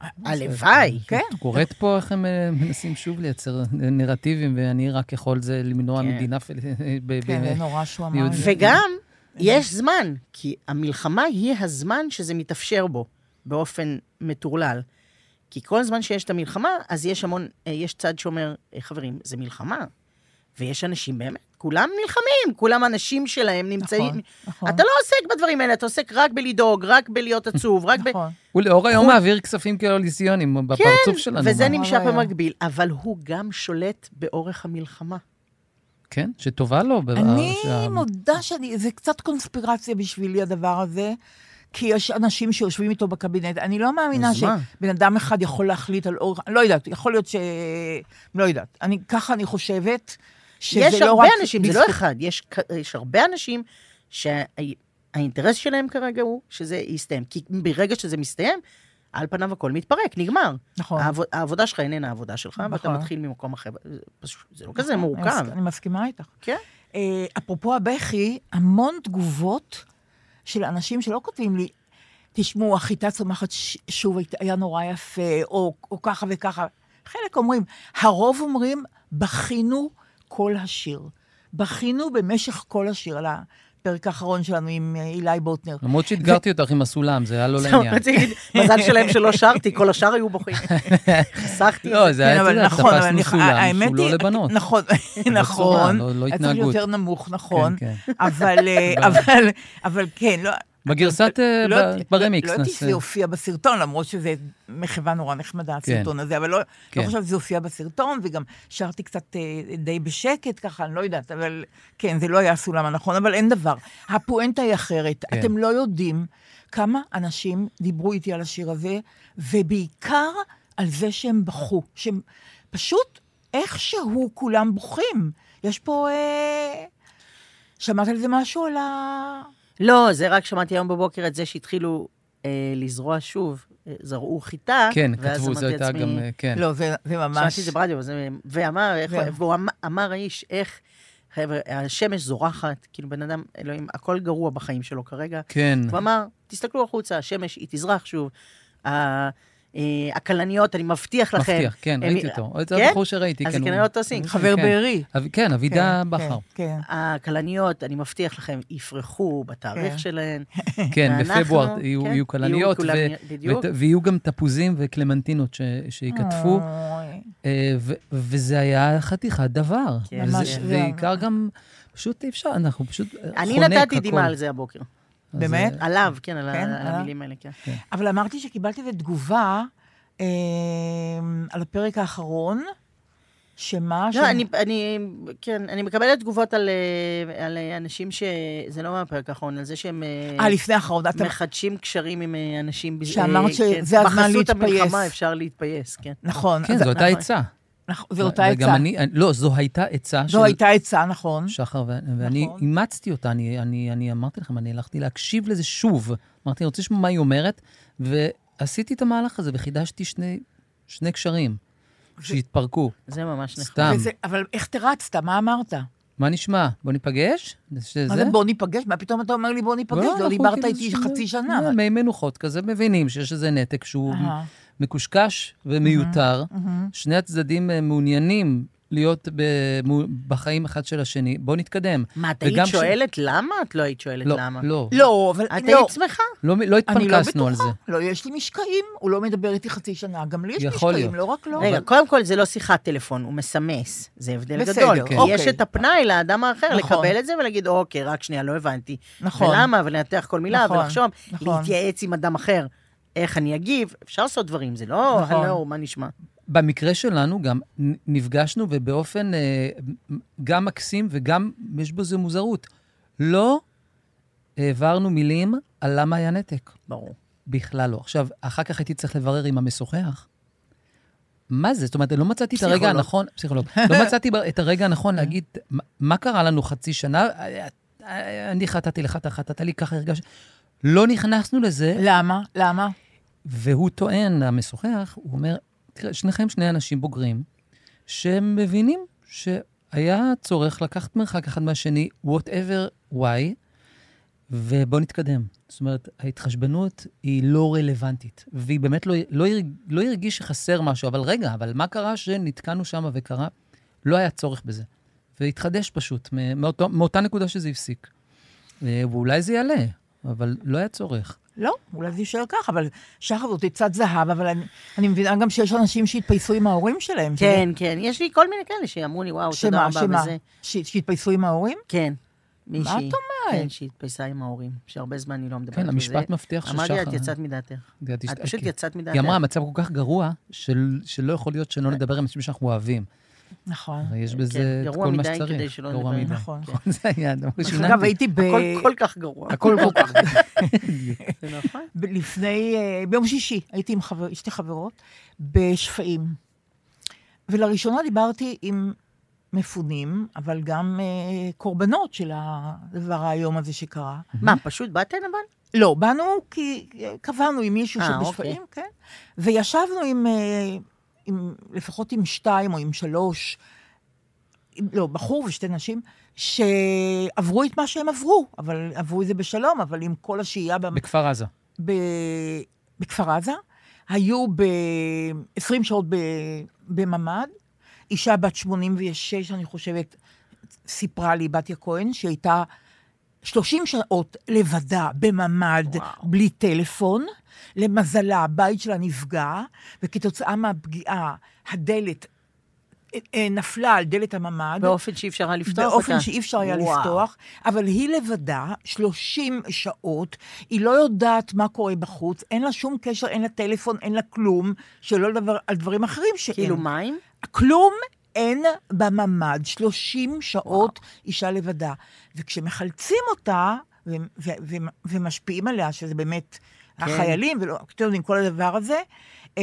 לא.
הלוואי.
כן.
קורית פה איך הם אה, מנסים שוב לייצר נרטיבים, ואני רק יכול זה למנוע
כן.
מדינה פל... אה, ב- ב-
כן, זה נורא שהוא אמר.
יהודי.
את זה.
וגם, יש זמן, כי המלחמה היא הזמן שזה מתאפשר בו, באופן מטורלל. כי כל זמן שיש את המלחמה, אז יש המון, אה, יש צד שאומר, "אה, חברים, זה מלחמה. ויש אנשים באמת, כולם נלחמים, כולם אנשים שלהם נמצאים.
נכון, נכון.
אתה לא עוסק בדברים האלה, אתה עוסק רק בלדאוג, רק בלהיות עצוב, רק ב...
נכון.
ולאור היום מעביר כספים קואליציוניים
כן,
בפרצוף שלנו.
וזה
מה?
נמשך
הבעיה?
במקביל, אבל הוא גם שולט באורך המלחמה.
כן, שטובה לו. ב- אה,
אני אה,
שה-
מודה שאני, זה קצת קונספירציה בשבילי הדבר הזה, כי יש אנשים שיושבים איתו בקבינט. אני לא מאמינה
אז מה?
שבן אדם אחד יכול להחליט על אור... לא יודעת, יכול להיות ש... לא יודעת. אני, ככה אני חושבת, שזה לא רק...
יש הרבה אנשים, זה לא
בזכות-
אחד, יש, כ- יש הרבה אנשים שהאינטרס שלהם כרגע הוא שזה יסתיים. כי ברגע שזה מסתיים, על פניו הכל מתפרק, נגמר.
נכון.
העבוד, העבודה שלך איננה העבודה שלך, ואתה
נכון.
מתחיל ממקום אחר. זה פשוט- זה לא כזה
נכון, אני
מורכב.
מס- אני מסכימה איתך.
כן.
אה, אפרופו הבכי, המון תגובות של אנשים שלא כותבים לי, תשמעו, החיטה צומחת ש- שוב, היית- היה נורא יפה, או, או ככה וככה. חלק אומרים, הרוב אומרים, בכינו כל השיר. בכינו במשך כל השיר, על הפרק האחרון שלנו עם אה, אילי בוטנר.
למרות שאתגרתי אותך עם הסולם, זה היה לא
זהו,
לעניין.
רציתי להגיד, מזל שלהם שלא שרתי, כל השאר היו בוכים. חסכתי.
לא, זה היה,
כן,
אתה
אבל
יודע,
נכון, אבל
תפסנו
אני-
סולם
האמת
שהוא לא
היא-
לבנות.
נכון,
בצורה,
נכון.
לא- לא
היה צריך
התנהגות.
יותר נמוך, נכון.
כן,
אבל, אה, אבל, אבל כן, לא...
בגרסת, אה,
לא
ב-
יודעת-
ברמיקס
לא
נעשה.
יודעת אם זה הופיע בסרטון, למרות שזה מחווה נורא נחמדה, הסרטון הזה, אבל לא לא
כן.
חושבת שזה הופיע בסרטון, וגם שרתי קצת אה, די בשקט ככה, אני לא יודעת, אבל כן, זה לא היה הסולם הנכון, אבל אין דבר. הפואנטה היא אחרת.
כן.
אתם לא יודעים כמה אנשים דיברו איתי על השיר הזה, ובעיקר על זה שהם בכו, שהם פשוט איכשהו כולם בוכים. יש פה... אה, שמעת על זה משהו? על ה...
לא, זה רק שמעתי היום בבוקר את זה שהתחילו אה, לזרוע שוב, אה, זרעו חיטה,
כן,
ואז
כתבו, זו
אמרתי
הייתה
לעצמי,
גם, אה, כן.
לא, זה זה ממש...
שמעתי את זה ברדיו, אז, אה, ואמר, איך,
כן.
והוא אמר, אמר האיש, איך, חבר'ה, השמש זורחת, כאילו בן אדם, אלוהים, הכל גרוע בחיים שלו כרגע.
כן.
הוא אמר, תסתכלו החוצה, השמש, היא תזרח שוב. ה- אה, הכלניות, אני מבטיח לכם.
מבטיח,
הם-
כן, ראיתי אותו. זה
כן?
הבחור שראיתי,
אז זה
כן. הוא-
כנראה אותו סינק.
חבר
כן.
בארי.
אב- כן, אבידה
כן,
בכר.
כן,
הכלניות, אני מבטיח לכם, יפרחו בתאריך
כן.
שלהן.
כן,
ואנחנו-
בפברואר יהיו
כן,
יהיו כלניות, ו-
כלניות, בדיוק.
ות- ויהיו גם תפוזים וקלמנטינות ש-
כן.
שייכתפו,
אוי.
אה, ו- וזה היה חתיכת דבר.
כן,
וזה-
ממש.
בעיקר גם, פשוט אי אפשר, אנחנו פשוט אה, חונק
אני
הכול.
נתתי דמעה על זה הבוקר.
אז,
באמת?
אה,
עליו, כן, על ה-
כן,
על
עליו.
המילים האלה, כן.
אבל אמרתי שקיבלתי איזו תגובה אה, על הפרק האחרון, שמה... ש-
לא, אני, אני, כן, אני מקבלת תגובות על, אה, על אה, אנשים ש... זה לא מהפרק האחרון, על זה שהם אה,
אה, לפני האחרון, אתה...
מחדשים קשרים עם אה, אנשים... בז-
שאמרת
אה,
שזה
כן.
הזמן להתפייס.
בחסות המלחמה אפשר להתפייס, כן.
נכון.
כן,
אז-
זו הייתה
נכון.
עצה.
נכון, זו אותה
וגם
עצה.
אני- לא, זו הייתה עצה של
זו הייתה עצה, נכון.
שחר, ו- ואני
נכון.
אימצתי אותה, אני, אני, אני אמרתי לכם, אני הלכתי להקשיב לזה שוב. אמרתי, אני רוצה לשמוע מה היא אומרת, ועשיתי את המהלך הזה וחידשתי שני, שני קשרים שהתפרקו,
זה ממש נכון.
סתם.
וזה- אבל איך תרצת? מה אמרת?
מה נשמע? בוא ניפגש? שזה?
מה זה בוא ניפגש? מה פתאום אתה אומר לי בוא
לא,
ניפגש? לא
אנחנו
דיברת
כאילו
איתי
שני-
חצי שנה.
לא, מי מנוחות כזה, מבינים שיש איזה נתק שהוא
אהה.
מקושקש ומיותר.
מהמם.
שני הצדדים אה, מעוניינים להיות ב- מו- בחיים אחד של השני, בוא נתקדם.
מה, את
וגם
היית
ש-
שואלת למה? את לא היית שואלת
לא,
למה.
לא,
לא, אבל
את
לא.
היית שמחה?
לא, לא
אני לא
התפנקסנו על זה.
בטוחה. לא, יש לי משקעים, הוא לא מדבר איתי חצי שנה, גם לי יש
יכול
משקעים, לא
להיות.
רק לא.
רגע,
אבל-
קודם כל זה לא שיחת טלפון, הוא מסמס. זה הבדל
בסדר,
גדול. כי
כן.
יש
אוקיי.
את הפנאי לאדם האחר
נכון.
לקבל את זה ולהגיד, אוקיי, רק שנייה, לא הבנתי.
נכון.
ולמה, ולנתח כל מילה,
נכון,
ולחשוב,
נכון.
להתייעץ עם אדם אחר, איך אני אגיב, אפשר לעשות דברים, זה לא,
נכון.
הלו, מה נשמע?
במקרה שלנו גם נ- נפגשנו, ובאופן אה, מ- גם מקסים וגם יש בו איזו מוזרות. לא העברנו מילים על למה היה נתק.
ברור.
בכלל לא. עכשיו, אחר כך הייתי צריך לברר עם המשוחח. מה זה? זאת אומרת, לא מצאתי את הרגע
פסיכולוג. כן.
הנכון, פסיכולוג, לא מצאתי ב- את הרגע הנכון להגיד, "מה- מה קרה לנו חצי שנה? אה, אה, אני חטאתי לך, אתה חטאת לי, ככה הרגשתי. לא נכנסנו לזה,
למה? למה?
והוא טוען, המשוחח, הוא אומר, תראה, שניכם שני אנשים בוגרים, שמבינים שהיה צורך לקחת מרחק אחד מהשני, whatever why, ובואו נתקדם. זאת אומרת, ההתחשבנות היא לא רלוונטית, והיא באמת לא, לא, הר- לא הרגיש שחסר משהו, אבל רגע, אבל מה קרה שנתקענו שם וקרה? לא היה צורך בזה. והתחדש פשוט, מ- מאותו, מאותה נקודה שזה הפסיק. אה, ואולי זה יעלה, אבל לא היה צורך.
לא, אולי זה יישאר ככה, אבל שחר זאת עצת זהב, אבל אני, אני מבינה גם שיש אנשים שהתפייסו עם ההורים שלהם.
כן, כן, יש לי כל מיני כאלה שאמרו לי, וואו, תודה
שמה,
רבה
שמה?
וזה.
ש- שהתפייסו עם ההורים?
כן. מישהי.
את אומרת?
כן, שהתפייסה עם ההורים, שהרבה זמן היא לא מדברת על
כן,
זה.
המשפט מבטיח ששחר...
אמרתי לה, את יצאת מדעתך.
ידעתי
את
ש-
פשוט
כן.
יצאת מדעתך.
היא אמרה, המצב כל כך גרוע, של- שלא יכול להיות שלא נדבר עם אנשים שאנחנו אוהבים.
נכון.
הרי יש
אה. כן,
בזה את
גרוע
כל מה
מדי
שצריך.
כדי שלא
גרוע
נדבר.
מדי.
נכון.
נכון, זה היה הדבר
דרך אגב,
ששיננתי.
הייתי ב...
הכל כל כך גרוע.
הכל כל כך...
זה נכון.
ב- לפני, אה, ביום שישי, הייתי עם חבר, שתי חברות, בשפיים. ולראשונה דיברתי עם מפונים, אבל גם אה, קורבנות של הדבר האיום הזה שקרה.
מה, פשוט באתן אבל?
לא, באנו כי קבענו עם מישהו
אה,
שבשפיים, כן? וישבנו עם, אה, עם, לפחות עם שתיים או עם שלוש, עם- לא, בחור ושתי נשים, שעברו את מה שהם עברו, אבל עברו את זה בשלום, אבל עם כל השהייה במ-
בכפר עזה.
ב... בכפר עזה, היו ב-20 שעות ב... בממ"ד, אישה בת 86, אני חושבת, סיפרה לי בתיה כהן, שהיא הייתה 30 שעות לבדה בממ"ד,
וואו.
בלי טלפון. למזלה, הבית שלה נפגע, וכתוצאה מהפגיעה, הדלת אה, אה, נפלה על דלת הממ"ד.
באופן שאי אפשר היה לפתוח אותה.
באופן שאי אפשר היה
וואו.
לפתוח, אבל היא לבדה, 30 שעות, היא לא יודעת מה קורה בחוץ, אין לה שום קשר, אין לה טלפון, אין לה כלום, שלא לדבר על דברים אחרים שאין.
כאילו מים?
כלום אין בממ"ד, 30 שעות אישה לבדה. וכשמחלצים אותה ו- ו- ו- ומשפיעים עליה, שזה באמת
כן.
החיילים, ולא, אתם יודעים, כל הדבר הזה, אה,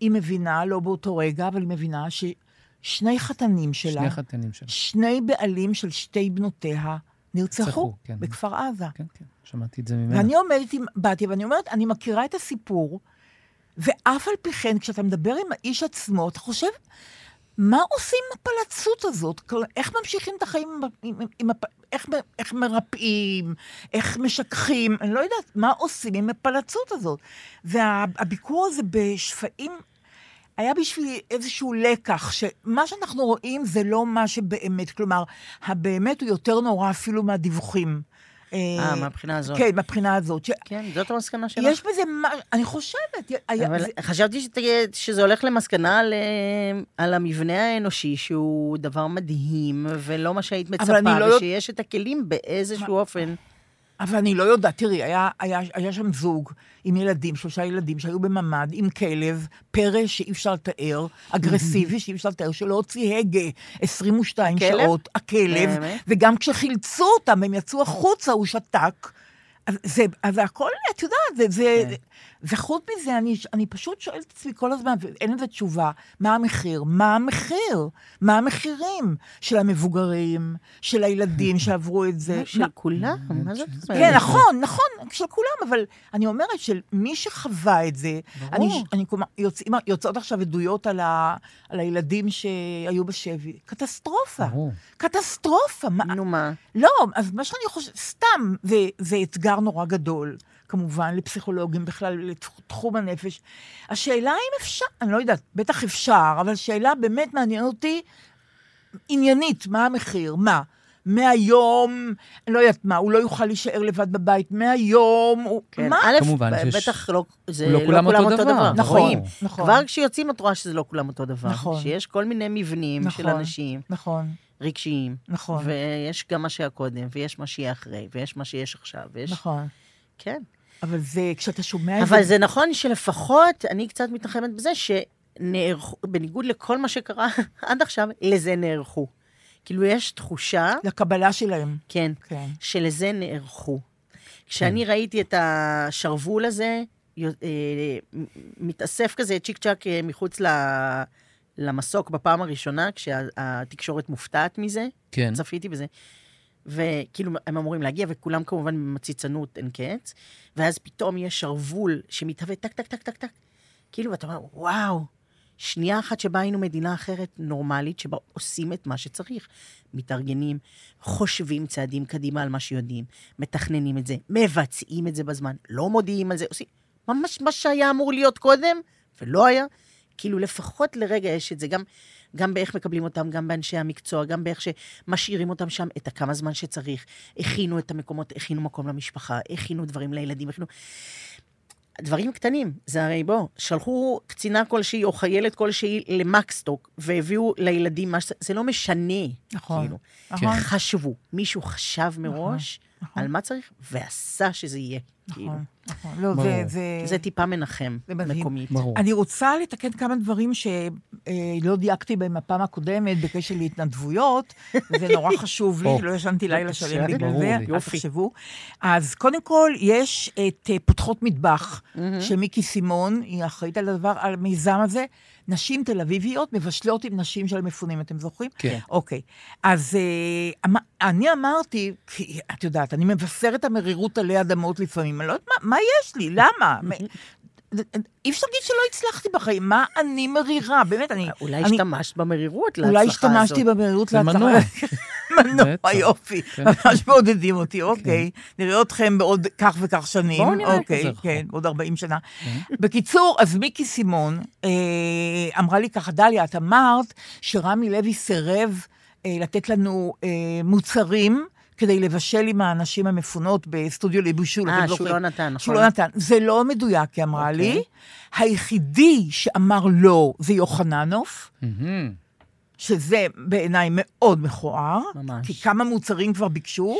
היא מבינה, לא באותו רגע, אבל היא מבינה ששני חתנים שלה,
שני חתנים שלה.
שני בעלים של שתי בנותיה נרצחו
נרצחו, כן.
בכפר עזה.
כן, כן, שמעתי את זה ממנה.
ואני עומדת, עם- באתי ואני אומרת, אני מכירה את הסיפור, ואף על פי כן, כשאתה מדבר עם האיש עצמו, אתה חושב, מה עושים עם הפלצות הזאת? כל- איך ממשיכים את החיים עם, ה- עם, עם, עם הפ... איך, מ- איך מרפאים, איך משככים, אני לא יודעת מה עושים עם הפלצות הזאת. והביקור הזה בשפעים היה בשבילי איזשהו לקח, שמה שאנחנו רואים זה לא מה שבאמת, כלומר, הבאמת הוא יותר נורא אפילו מהדיווחים.
אה, מהבחינה הזאת.
כן, מהבחינה הזאת. ש...
כן, זאת המסקנה שלך.
יש בזה מה, אני חושבת, היה,
אבל
זה,
חשבתי שת- שזה הולך למסקנה על, אה, על המבנה האנושי, שהוא דבר מדהים, ולא מה שהיית מצפה,
אני לא-
ושיש את הכלים באיזשהו אופן.
אבל אני לא יודעת, תראי, היה, היה, היה שם זוג עם ילדים, שלושה ילדים שהיו בממ"ד, עם כלב, פרא שאי אפשר לתאר, אגרסיבי שאי אפשר לתאר, שלא הוציא הגה 22
הכלב?
שעות, הכלב,
באמת?
וגם כשחילצו אותם, הם יצאו החוצה, הוא שתק. אז זה, אז הכל, את יודעת, זה, זה, וחוץ מזה, אני, אני פשוט שואלת את עצמי כל הזמן, ואין לזה תשובה, מה המחיר? מה המחיר? מה המחירים של המבוגרים, של הילדים שעברו את זה?
של
אה, מה-
כולם, מה זאת אומרת?
כן, נכון, נכון, של כולם, אבל אני אומרת של מי שחווה את זה, אני, אני כלומר, יוצאים, יוצאות עכשיו עדויות על, ה, על הילדים שהיו בשבי, קטסטרופה,
ברור.
קטסטרופה, מה,
נו מה?
לא, אז מה שאני חושבת, סתם, זה, זה אתגר נורא גדול, כמובן, לפסיכולוגים בכלל, לתחום הנפש. השאלה אם אפשר, אני לא יודעת, בטח אפשר, אבל השאלה באמת מעניינת אותי, עניינית, מה המחיר? מה? מהיום, אני לא יודעת מה, הוא לא יוכל להישאר לבד בבית, מהיום, הוא...
כן,
מה?
א',
כמובן
ב-
שיש-
בטח לא, זה
לא כולם אותו דבר,
נכון,
רואים.
נכון.
כבר כשיוצאים את רואה שזה לא כולם אותו דבר.
נכון.
שיש כל מיני מבנים של
נכון.
אנשים
נכון,
רגשיים.
נכון,
ויש גם מה שהיה קודם, ויש מה שיהיה אחרי, ויש מה שיש עכשיו, ויש...
נכון.
כן.
אבל זה, כשאתה שומע את זה...
אבל זה נכון שלפחות, אני קצת מתנחמת בזה שנערכו, בניגוד לכל מה שקרה עד עכשיו, לזה נערכו. כאילו, יש תחושה,
לקבלה שלהם,
כן,
כן.
שלזה נערכו. כשאני ראיתי את השרוול הזה, יו- אה, מ- מתאסף כזה צ'יק צ'אק אה, מחוץ ל- למסוק בפעם הראשונה, כשהתקשורת מופתעת מזה,
כן.
צפיתי בזה. וכאילו, הם אמורים להגיע, וכולם כמובן במציצנות אין קץ, ואז פתאום יש שרוול שמתהווה טק, טק, טק, טק, טק. כאילו, ואתה אומר, וואו, שנייה אחת שבה היינו מדינה אחרת נורמלית, שבה עושים את מה שצריך. מתארגנים, חושבים צעדים קדימה על מה שיודעים, מתכננים את זה, מבצעים את זה בזמן, לא מודיעים על זה, עושים ממש מה שהיה אמור להיות קודם, ולא היה. כאילו, לפחות לרגע יש את זה, גם, גם באיך מקבלים אותם, גם באנשי המקצוע, גם באיך שמשאירים אותם שם את הכמה זמן שצריך. הכינו את המקומות, הכינו מקום למשפחה, הכינו דברים לילדים, הכינו... דברים קטנים, זה הרי בוא, שלחו קצינה כלשהי או חיילת כלשהי למקסטוק, והביאו לילדים מה ש... זה לא משנה,
נכון.
כאילו.
נכון.
חשבו, מישהו חשב מראש
נכון.
על מה צריך, ועשה שזה יהיה. כאילו.
נכון, נכון. לא, זה,
ברור.
זה...
זה טיפה מנחם,
זה מדהים.
מקומית.
ברור.
אני רוצה לתקן כמה דברים שלא דייקתי בהם בפעם הקודמת בקשר להתנדבויות, זה נורא חשוב לי,
או,
לא ישנתי לילה
בבקשה,
שלם בגלל
ברור
זה,
לי.
אל
יופי.
תחשבו. אז קודם כל, יש את אה, פותחות מטבח, של מיקי סימון, היא אחראית על הדבר, על המיזם הזה. נשים תל אביביות מבשלות עם נשים של מפונים, אתם זוכרים?
כן.
אוקיי. אז אה, אמ- אני אמרתי, כי את יודעת, אני מבשרת המרירות עלי אדמות לפעמים, אני לא יודעת מה, מה יש לי, למה? מ- אי אפשר להגיד שלא הצלחתי בחיים, מה אני מרירה? באמת, אני...
אולי
אני-
השתמשת במרירות להצלחה
אולי
הזאת.
השתמשתי במרירות
זה
להצלחה.
מנוע.
מנוע,
בטח.
יופי.
כן.
ממש מעודדים אותי, אוקיי. נראה אתכם בעוד כך וכך שנים.
כן. בואו נראה. כן.
אוקיי,
זה רחוק.
כן, עוד 40 שנה. בקיצור, אז מיקי סימון אה, אמרה לי ככה, דליה, את אמרת שרמי לוי סירב אה, לתת לנו אה, מוצרים. כדי לבשל עם האנשים המפונות בסטודיו לבישול.
אה,
אתם
שהוא
זוכרים?
לא נתן, נכון. אוקיי.
שהוא לא נתן. זה לא מדויק, היא אמרה לי. היחידי שאמר לא זה יוחננוף.
מהמם.
שזה בעיניי מאוד מכוער,
ממש.
כי כמה מוצרים כבר ביקשו,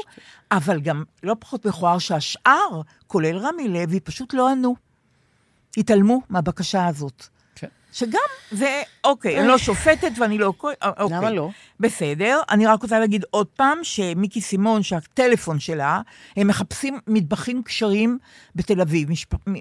אבל גם לא פחות מכוער שהשאר, כולל רמי לוי, פשוט לא ענו. התעלמו מהבקשה הזאת.
כן.
שגם זה, אוקיי, אני לא שופטת ואני לא... כל- אה, אוקיי.
אה. למה לא?
בסדר, אני רק רוצה להגיד עוד פעם שמיקי סימון, שהטלפון שלה, הם מחפשים מטבחים כשרים בתל אביב, משפ... מ- אה,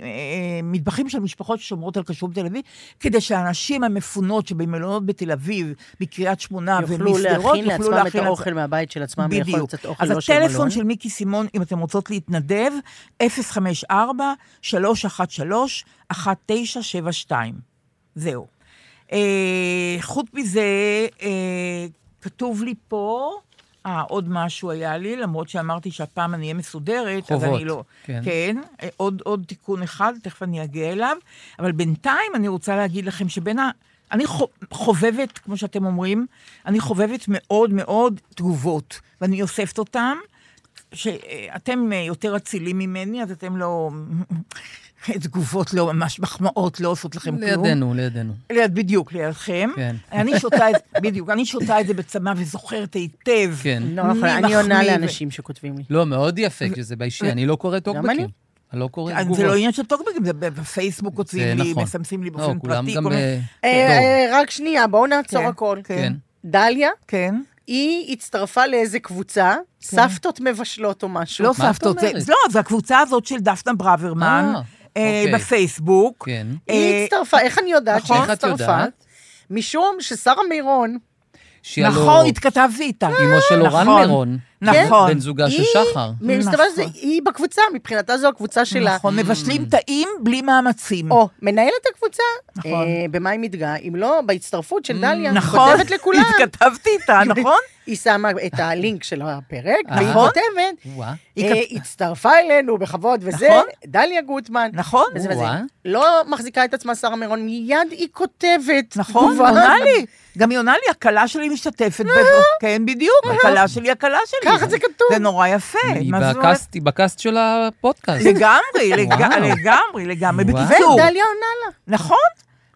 מטבחים של משפחות ששומרות על כשרות בתל אביב, כדי שהאנשים המפונות שבמלונות בתל אביב, מקריית שמונה
יוכלו
ומשדרות,
להכין
אה, יוכלו
לעצמם את
לעצמם-
האוכל מהבית של עצמם, לאכול
בדיוק.
קצת אוכל
אז
לא של מלון.
הטלפון של מיקי סימון, אם אתם רוצות להתנדב, 054-313-1972. זהו. אה, חוץ מזה, אה, כתוב לי פה, אה, עוד משהו היה לי, למרות שאמרתי שהפעם אני אהיה מסודרת, אז
חובות,
אני לא...
כן.
כן, אה, עוד, עוד תיקון אחד, תכף אני אגיע אליו, אבל בינתיים אני רוצה להגיד לכם שבין ה... אני חו- חובבת, כמו שאתם אומרים, אני חובבת מאוד מאוד תגובות, ואני אוספת אותן, שאתם אה, יותר אצילים ממני, אז אתם לא... תגובות לא ממש, מחמאות לא עושות לכם כלום.
לידינו, לידינו.
ליד, בדיוק, לידכם.
כן.
אני שותה את, בדיוק, אני שותה את זה בצמא וזוכרת היטב.
כן.
לא, נכון,
מי
אני עונה
מחמיא ו-
לאנשים שכותבים לי.
לא, מאוד יפה, כשזה באישי, אני לא קורא טוקבקים.
אני.
אני לא קורא
אז
תגובות.
זה לא עניין של טוקבקים, זה בפייסבוק כותבים
זה
לי,
נכון.
מסמסים לי
לא,
באופן
כולם
פרטי.
גם,
כל מיני-
אה,
אה,
דור.
אה, רק שנייה, בואו נעצור
כן,
הכל.
כן.
דליה,
כן.
היא הצטרפה לאיזה קבוצה, סבתות מבשלות או משהו.
לא
מה את
סבתות, זה-
אומרת?
לא, זה הקבוצה הזאת של דפנה ברוורמן,
אה,
אה,
אוקיי.
בפייסבוק.
כן.
אה,
היא הצטרפה, איך אני יודעת
נכון.
שהיא
איך את
הצטרפה?
יודעת?
משום ששרה מירון,
שיהיה לו-
נכון, התכתבתי איתה.
אמו של אורן
נכון,
מירון. כן?
נכון.
בן זוגה של
היא,
שחר.
מסתבר
נכון.
שהיא בקבוצה, מבחינתה זו הקבוצה שלה.
נכון, מבשלים
Mm.
טעים בלי מאמצים.
או, מנהלת הקבוצה,
נכון.
אה, במה היא מתגאה, אם לא, בהצטרפות של דליה,
נכון,
כותבת לכולם.
התכתבתי איתה, נכון?
היא שמה את הלינק של הפרק,
אה.
והיא
נכון.
כותבת,
וואה.
היא
אה, הצטרפה אלינו בכבוד, וזה,
נכון.
דליה גוטמן.
נכון?
וזה וזה.
וואה.
לא מחזיקה את עצמה שרה מירון, מיד היא כותבת.
נכון,
תגובה.
עונה לי. גם היא עונה לי, הכלה שלי משתתפת
אה.
בזה. כן, בדיוק, הכלה שלי, הכלה שלי.
ככה זה כתוב.
זה נורא יפה.
היא
כן, מה זאת אומרת?
בקאסט- היא בקאסט של הפודקאסט.
לגמרי, לג-
וואו.
לגמרי, לגמרי.
וואו.
בקיצור,
ודליה עונה לה.
נכון?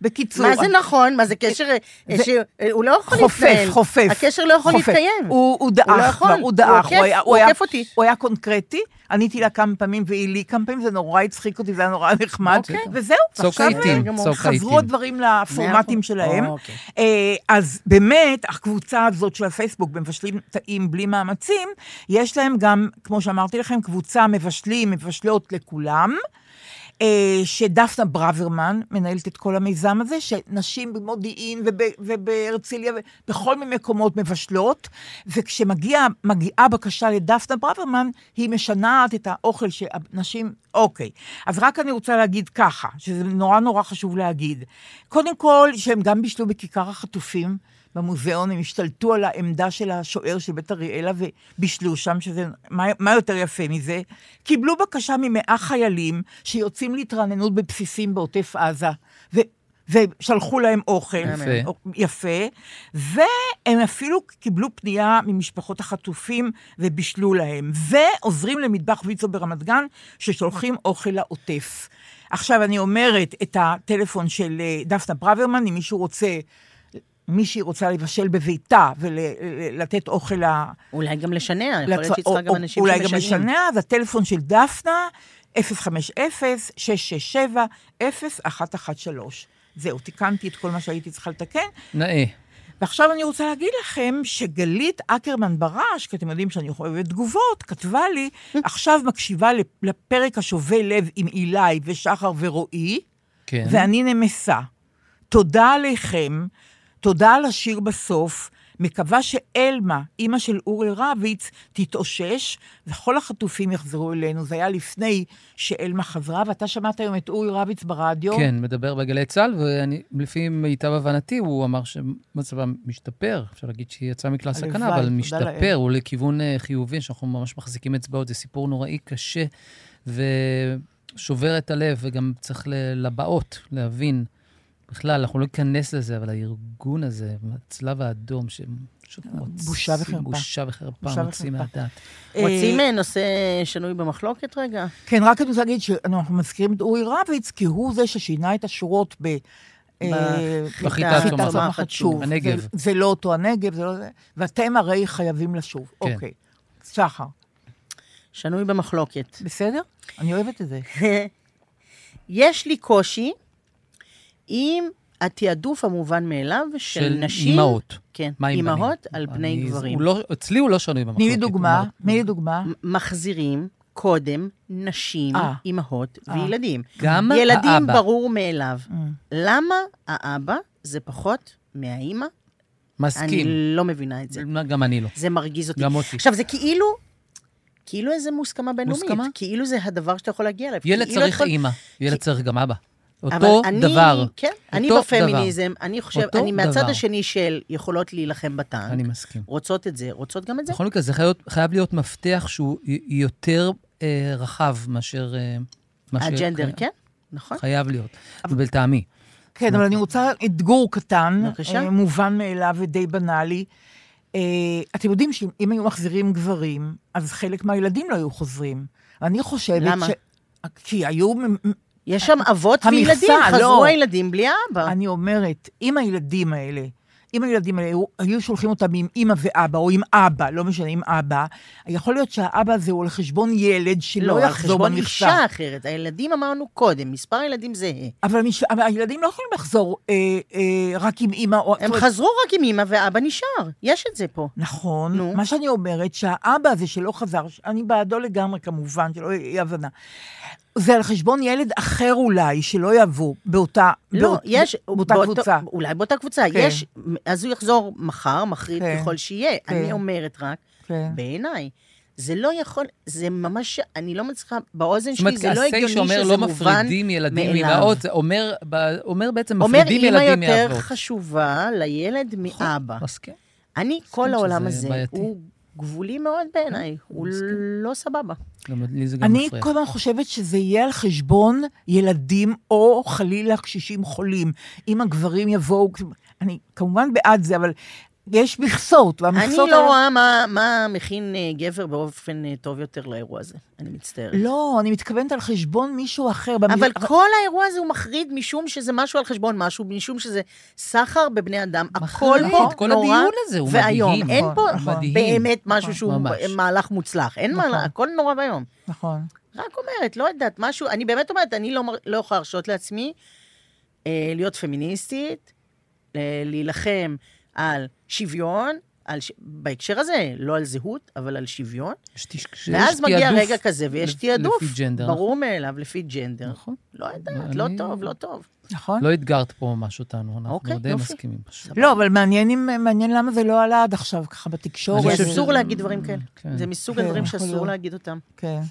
בקיצור.
מה זה נכון? מה זה קשר... אה,
זה-
ש- אה, הוא לא יכול
חופף,
להתנהל.
חופף.
הקשר לא יכול
חופף.
להתקיים.
הוא הוא
הוא לא
דעך,
יכול.
כבר, הוא דעך.
הוא
היה-
עוקף, הוא
היה-
עוקף אותי.
הוא היה קונקרטי, עניתי לה כמה פעמים והיא לי כמה פעמים, זה נורא הצחיק אותי, זה היה נורא נחמד.
אוקיי.
וזהו,
צוק
עכשיו
העיתים,
אה,
צוק העיתים.
חזרו הדברים לפורמטים שלהם.
אוקיי.
אה, אז באמת, הקבוצה הזאת של הפייסבוק, במבשלים טעים בלי מאמצים, יש להם גם, כמו שאמרתי לכם, קבוצה מבשלים, מבשלות לכולם. אה, שדפנה ברוורמן מנהלת את כל המיזם הזה, שנשים במודיעין וב, ובהרצליה ובכל מיני מקומות מבשלות, וכשמגיעה בקשה לדפנה ברוורמן, היא משנעת את האוכל שהנשים... אוקיי. אז רק אני רוצה להגיד ככה, שזה נורא נורא חשוב להגיד. קודם כל, שהם גם בישלו בכיכר החטופים. במוזיאון, הם השתלטו על העמדה של השוער של בית אריאלה ובישלו שם, שזה, מה, מה יותר יפה מזה? קיבלו בקשה ממאה חיילים שיוצאים להתרעננות בבסיסים בעוטף עזה, ו, ושלחו להם אוכל.
יפה.
אוכ- יפה. והם אפילו קיבלו פנייה ממשפחות החטופים ובישלו להם. ועוזרים למטבח ויצו ברמת גן, ששולחים אוכל לעוטף. עכשיו, אני אומרת את הטלפון של אה, דפנה ברוורמן, אם מישהו רוצה... מישהי רוצה לבשל בביתה ולתת אוכל ל-
אולי גם לשנע, יכול להיות
לצ-
שהיא צריכה
או-
גם אנשים
אולי גם
שמשנעים.
משנה, אז הטלפון של דפנה, 050-667-0113. זהו, תיקנתי את כל מה שהייתי צריכה לתקן.
נאה.
ועכשיו אני רוצה להגיד לכם שגלית אקרמן ברש, כי אתם יודעים שאני אוהבת תגובות, כתבה לי, עכשיו מקשיבה לפ- לפרק השובה לב עם אילי ושחר ורועי,
כן.
ואני נמסה. תודה עליכם, תודה על השיר בסוף. מקווה שאלמה, אימא של אורי רביץ, תתאושש, וכל החטופים יחזרו אלינו. זה היה לפני שאלמה חזרה, ואתה שמעת היום את אורי רביץ ברדיו.
כן, מדבר בגלי צה"ל, ולפי מיטב הבנתי, הוא אמר שמצבם משתפר. אפשר להגיד שהיא יצאה מכלל
הלוואי,
סכנה, אבל
תודה
משתפר,
לאל.
הוא לכיוון אה, חיובי, שאנחנו ממש מחזיקים אצבעות. זה סיפור נוראי, קשה, ושובר את הלב, וגם צריך ל- לבאות, להבין. בכלל, אנחנו לא ניכנס לזה, אבל הארגון הזה, הצלב האדום, שפשוט מוציא...
בושה וחרפה.
בושה וחרפה,
בושה
מוציא
וחרפה.
מהדעת.
אה,
רוצים אה, נושא שנוי במחלוקת רגע?
כן, רק אני רוצה להגיד שאנחנו מזכירים את אורי רביץ, כי הוא זה ששינה את השורות ב... אה,
בחיטה הצומחת.
הצומחת שוב.
הנגב.
זה- זה לא אותו הנגב, זה לא זה. ואתם הרי חייבים לשוב.
כן.
אוקיי. שחר,
שנוי במחלוקת.
בסדר? אני אוהבת את זה.
יש לי קושי עם התעדוף המובן מאליו של,
של
נשים...
אימהות.
כן,
מה עם בנים?
אימהות על פני
אני-
גברים.
הוא לא- אצלי הוא לא שנוי במחלוקת.
תני לי דוגמה,
כלומר,
תני לי דוגמה.
מ- מחזירים קודם נשים,
אה.
אימהות
אה.
וילדים.
גם
ילדים
האבא.
ברור מאליו. למה האבא זה פחות מהאימא? אני
מסכים.
לא מבינה את זה.
גם אני לא.
זה מרגיז אותי.
גם אותי.
עכשיו, זה כאילו, כאילו איזה מוסכמה בינלאומית.
מוסכמה?
כאילו זה הדבר שאתה יכול להגיע אליו.
ילד
כאילו
צריך
יכול-
אימא, ילד צריך גם אבא.
אבל
אותו
אני-
דבר.
כן, אני
אותו
בפמיניזם, אני חושב,
אותו
אני מהצד
דבר.
השני של יכולות להילחם
דבר. אני
בטנק,
מסכים.
רוצות את זה, רוצות גם את זה.
נכון,
בכל מקרה, זה חייב להיות- חייב להיות מפתח שהוא י- יותר אה, רחב מאשר... אה, מאשר-
הג'נדר, כן, נכון.
חייב להיות, ולטעמי.
כן, אבל אני רוצה אתגור קטן,
בבקשה.
אה, מובן מאליו ודי בנאלי. אה, אתם יודעים שאם היו מחזירים גברים, אז חלק מהילדים לא היו חוזרים. אני חושבת
למה?
ש... כי היו... מ- מ-
יש שם אבות
המכסה,
וילדים,
לא.
חזרו הילדים בלי האבא.
אני אומרת, אם הילדים האלה, אם הילדים האלה היו- היו שולחים אותם עם אימא ואבא, או עם אבא, לא משנה, עם אבא, יכול להיות שהאבא הזה הוא על חשבון ילד שלא
לא, על
יחזור
חשבון
כאילו במכסה.
אישה אחרת. הילדים אמרנו קודם, מספר הילדים זהה.
אבל, מש... אבל הילדים לא יכולים לחזור אה, אה, רק עם אימא או... זאת
הם
אומרת,
חזרו רק עם אמא ואבא נשאר. יש את זה פה.
נכון.
נו.
נו. מה שאני אומרת, שהאבא הזה שלא חזר, אני בעדו לגמרי כמובן, שלא יהיה אי הבנה. זה על חשבון ילד אחר אולי, שלא יבוא באותה,
לא,
באות,
יש,
באותה
באותו-
קבוצה.
אולי באותה קבוצה.
כן.
יש, אז הוא יחזור מחר, מחריד
כן.
ככל שיהיה.
כן.
אני אומרת רק,
כן.
בעיניי, זה לא יכול, זה ממש, אני לא מצליחה, באוזן
זאת אומרת,
שלי זה לא
הסי
הגיוני
שאומר
שזה
לא
מובן.
מפרידים ילדים
מאליו.
מאמהות, זה אומר ב- אומר בעצם
אומר,
מפרידים
אמא
ילדים
יותר
מאבות. נכון.
חשובה לילד מאבא.
מסכים.
אני, כל העולם
שזה
הזה,
בעייתי. כן,
הוא גבולי מאוד בעיניי, הוא לא סבבה.
גם לי זה גם
אני
לא מפריע.
כל הזמן חושבת שזה יהיה על חשבון ילדים או חלילה קשישים חולים. אם הגברים יבואו, אני כמובן בעד זה, אבל יש מכסות,
אני
והמכסות...
לא
האלה-
רואה מה- מה מכין אה, גבר באופן אה, טוב יותר לאירוע הזה, אני מצטערת.
לא, אני מתכוונת על חשבון מישהו אחר. במ-
אבל כל האירוע הזה הוא מחריד משום שזה משהו על חשבון משהו, משום שזה סחר בבני אדם. הכל
מחריד,
פה
כל
נורא
הדיון הזה הוא
ואיום.
מדהים.
אין פה
נכון. מדהים.
באמת משהו שהוא
ממש.
מהלך מוצלח. אין
נכון.
מהלך, הכל נורא ואיום.
נכון.
רק אומרת, לא יודעת, משהו, אני באמת אומרת, אני לא, מר- לא יכולה להרשות לעצמי אה, להיות פמיניסטית, אה, להילחם על שוויון, על ש... בהקשר הזה, לא על זהות, אבל על שוויון.
יש תש- יש
ואז מגיע
תעדוף
רגע כזה, ויש
לפ-
תעדוף.
לפי ג'נדר.
ברור מאליו, לפי ג'נדר.
נכון.
לא יודעת, לא
אני-
טוב, לא טוב.
נכון.
לא אתגרת פה ממש אותנו,
אוקיי,
אנחנו די
יופי.
מסכימים פשוט.
לא, אבל מעניין אם- מעניין למה זה לא עלה עד עכשיו, ככה בתקשורת.
אני
כי
חושב ש-
אסור להגיד דברים כאלה.
כן.
זה מסוג
כן,
הדברים
יכול
שאסור
להיות.
להגיד אותם.
כן.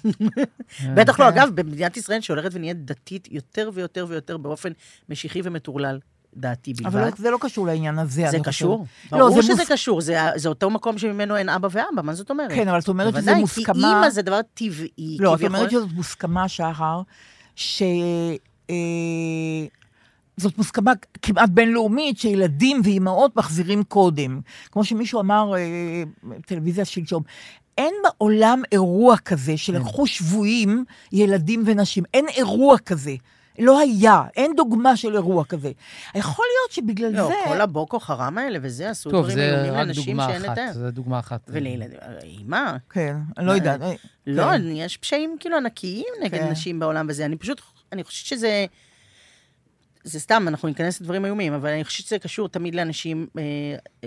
בטח לא,
כן.
אגב, במדינת ישראל שהולכת ונהיית דתית יותר ויותר ויותר באופן משיחי ומטורלל, דעתי בלבד.
אבל לא- זה לא קשור לעניין הזה,
זה
אני
קשור.
לא,
ברור
זה
שזה
מוס-
קשור, זה- זה אותו מקום שממנו אין אבא ואבא, מה זאת אומרת?
חושבת. כן, אבל את אומרת שזה
בוודאי,
מוסכמה...
כי אימא זה דבר טבעי,
לא, את
כביכול.
אומרת שזאת מוסכמה, שחר, ש... אה, זאת מוסכמה כמעט בינלאומית, שילדים ואימהות מחזירים קודם. כמו שמישהו אמר אה, בטלוויזיה שלשום, אין בעולם אירוע כזה
כן.
שלקחו שבויים ילדים ונשים. אין אירוע כזה. לא היה, אין דוגמה של אירוע כזה. יכול להיות שבגלל
לא,
זה...
כל הבוקו חרם האלה וזה, עשו
טוב,
דברים
זה
איומים
רק
לנשים
דוגמה
שאין את
אחת,
זה.
זה דוגמה אחת.
ולילדים, אימא,
כן, אני לא יודעת. אה,
לא,
כן.
יש פשעים כאילו ענקיים נגד
כן.
נשים בעולם וזה. אני פשוט, אני חושבת שזה... זה סתם, אנחנו ניכנס לדברים איומים, אבל אני חושבת שזה קשור תמיד לאנשים אה,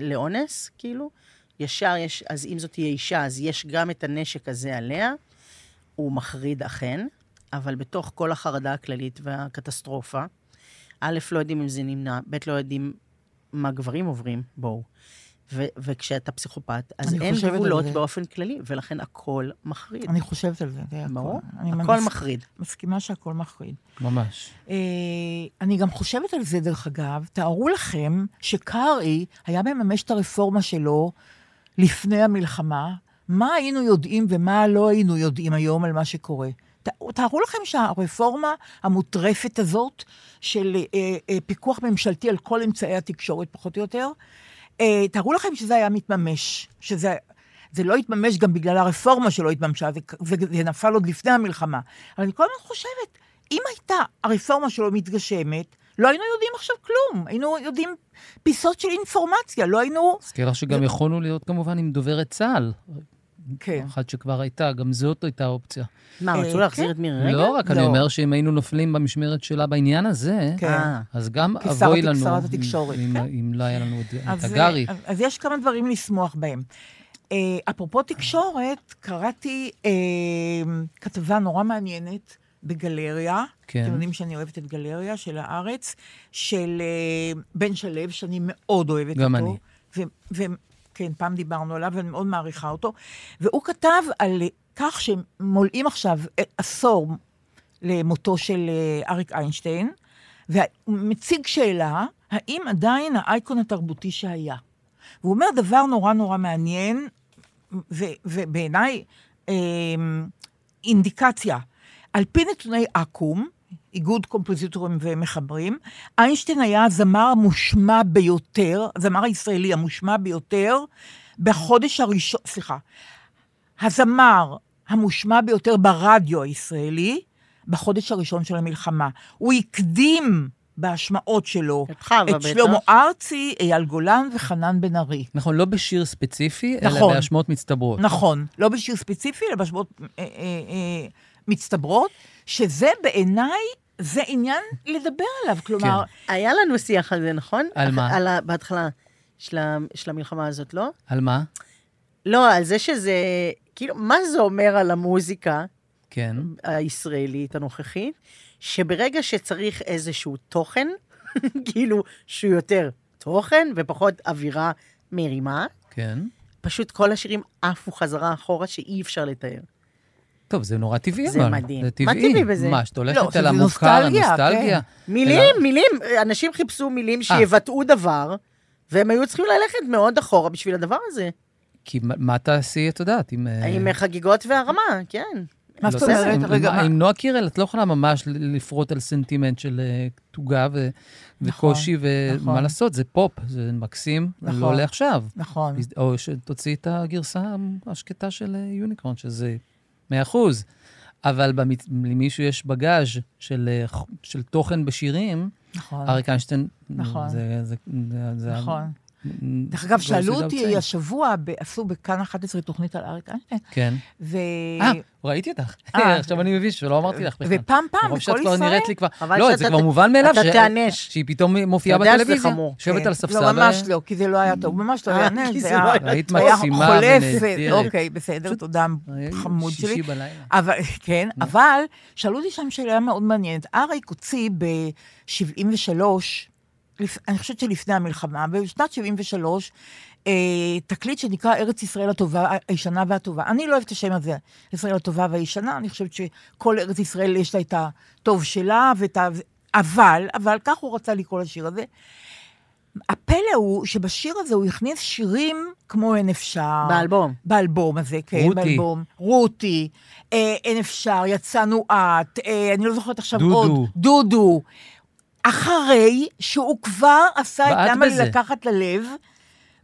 לאונס, כאילו. ישר יש, אז אם זאת תהיה אישה, אז יש גם את הנשק הזה עליה. הוא מחריד אכן, אבל בתוך כל החרדה הכללית והקטסטרופה, א', לא יודעים אם זה נמנע, ב', לא יודעים מה גברים עוברים, בואו. ו- וכשאתה פסיכופת, אז
אני
אין
חושבת על
גבולות
זה.
באופן כללי, ולכן הכל מחריד.
אני חושבת על זה, זה הכל.
ברור,
אני
הכל
מס-
מחריד.
מסכימה שהכל מחריד.
ממש.
אה, אני גם חושבת על זה, דרך אגב. תארו לכם שקרעי היה מממש את הרפורמה שלו לפני המלחמה, מה היינו יודעים ומה לא היינו יודעים היום על מה שקורה. ת- תארו לכם שהרפורמה המוטרפת הזאת של אה, אה, פיקוח ממשלתי על כל אמצעי התקשורת, פחות או יותר, אה, תארו לכם שזה היה מתממש, שזה... זה לא התממש גם בגלל הרפורמה שלא התממשה, זה, זה, זה נפל עוד לפני המלחמה. אבל אני כל הזמן חושבת, אם הייתה הרפורמה שלו מתגשמת, לא היינו יודעים עכשיו כלום. היינו יודעים פיסות של אינפורמציה, לא היינו...
אזכיר לך שגם יכולנו להיות כמובן עם דוברת צה"ל.
כן.
אחת שכבר הייתה, גם זאת הייתה אופציה.
מה,
אה,
רצו להחזיר את מירי רגב?
לא רק, אני
לא.
אומר שאם היינו נופלים במשמרת שלה בעניין הזה,
כן.
אה,
אז גם
כי שר
אבוי
התק-
לנו...
שרת התקשורת,
אם-
כן.
אם לא היה לנו את את
אז,
הגרי.
אה, אז יש כמה דברים לשמוח בהם. אה, אפרופו תקשורת, קראתי אה, כתבה נורא מעניינת בגלריה,
כן.
אתם יודעים שאני אוהבת את גלריה של הארץ, של אה, בן שלו, שאני מאוד אוהבת
גם
אותו.
אני.
ו- ו- כן, פעם דיברנו עליו, ואני מאוד מעריכה אותו. והוא כתב על אה, כך שמולאים עכשיו אה, עשור למותו של אה, אריק איינשטיין, ומציג שאלה, האם עדיין האייקון התרבותי שהיה? והוא אומר דבר נורא נורא מעניין, ו- ובעיניי אה, אינדיקציה. על פי נתוני אקו"ם, איגוד קומפוזיטורים ומחברים, איינשטיין היה הזמר המושמע ביותר, הזמר הישראלי המושמע ביותר, בחודש הראשון, סליחה, הזמר המושמע ביותר ברדיו הישראלי בחודש הראשון של המלחמה. הוא הקדים בהשמעות שלו
את חווה
את
כן, בטח.
שלמה ארצי, אייל גולן וחנן בן ארי.
נכון, לא בשיר ספציפי, אלא
נכון.
בהשמעות מצטברות.
נכון, לא בשיר ספציפי, אלא בהשמעות אה, אה, אה, מצטברות, שזה בעיניי, זה עניין לדבר עליו. כלומר,
כן.
היה לנו שיח על זה, נכון?
על מה?
על ה- בהתחלה של ה- של המלחמה הזאת, לא?
נכון.
על מה?
לא, על זה שזה... כאילו, מה זה אומר על המוזיקה
כן.
הישראלית הנוכחית? שברגע שצריך איזשהו תוכן, כאילו שהוא יותר תוכן ופחות אווירה מרימה,
כן.
פשוט כל השירים עפו חזרה אחורה שאי אפשר לתאר.
טוב, זה נורא טבעי, אבל.
זה מדהים.
זה
מה
טבעי.
טבעי בזה?
מה, שאת
לא,
הולכת
זה
אל המוכר,
נוסטלגיה, כן.
הנוסטלגיה.
מילים, מילים, אנשים חיפשו מילים
אה.
שיבטאו דבר, והם היו צריכים ללכת מאוד אחורה בשביל הדבר הזה.
כי מה- מה תעשי, את יודעת, אם... אה,
עם חגיגות והרמה, כן.
מה
לא
זאת אומרת?
יודעת,
רגע,
עם-
מה-
עם נועה קירל, את לא יכולה ממש ל- לפרוט על סנטימנט של אה, תוגה ו-
נכון,
וקושי, ומה
נכון.
לעשות, זה פופ, זה מקסים,
נכון.
לא לעכשיו.
נכון.
או שתוציא את הגרסה השקטה של אה, יוניקורן, שזה 100 אחוז. אבל במצ- למישהו יש בגאז' של, אה, ח- של תוכן בשירים,
נכון.
אריק איינשטיין,
נכון.
זה, זה, זה, זה
נכון.
נ-
דרך אגב,
goes
שאלו
without
אותי
saying.
השבוע, ב- עשו בכאן 11 תוכנית על אריק איינשטיין,
כן.
ו...
אה, ראיתי אותך.
אה.
עכשיו אני מבין שלא אמרתי לך בכלל.
ופעם פעם,
מרוב
בכל
שאת כבר
ישראל?
נראית לי כבר...
חבל
לא,
שאתה
זה כבר
ת-
מובן מאליו.
אתה
ש-
תיענש.
שהיא פתאום מופיעה
אתה יודע שזה
בטלוויזיה.
חמור.
יושבת
כן.
על ספסל.
לא, ממש
ו-
לא, כי זה לא היה טוב, ממש לא היה
אה, כי
נס,
זה
זה
לא
היה...
היה
היית
הוא היה
מקסימה
חולף,
ונהדרת.
אוקיי, בסדר, תודה, חמוד
אה, שישי
שלי.
בלילה.
אבל, כן, אבל שאלו אותי שם שאלה מאוד מעניינת. אריק הוציא ב-73, אני חושבת שלפני המלחמה, בשנת 73, אה, תקליט שנקרא ארץ ישראל הטובה, הישנה והטובה. אני לא אוהבת את השם הזה, ישראל הטובה והישנה, אני חושבת שכל ארץ ישראל יש לה את הטוב שלה ואת ה... אבל, אבל כך הוא רצה לקרוא לשיר הזה. הפלא הוא שבשיר הזה הוא הכניס שירים כמו אין אפשר.
באלבום.
באלבום הזה, כן,
רותי.
באלבום. רותי. אה, אין אפשר, יצאנו את, אה, אני לא זוכרת עכשיו
דודו.
עוד. דודו. אחרי שהוא כבר עשה את
בעט
למה לי
בזה.
לקחת ללב,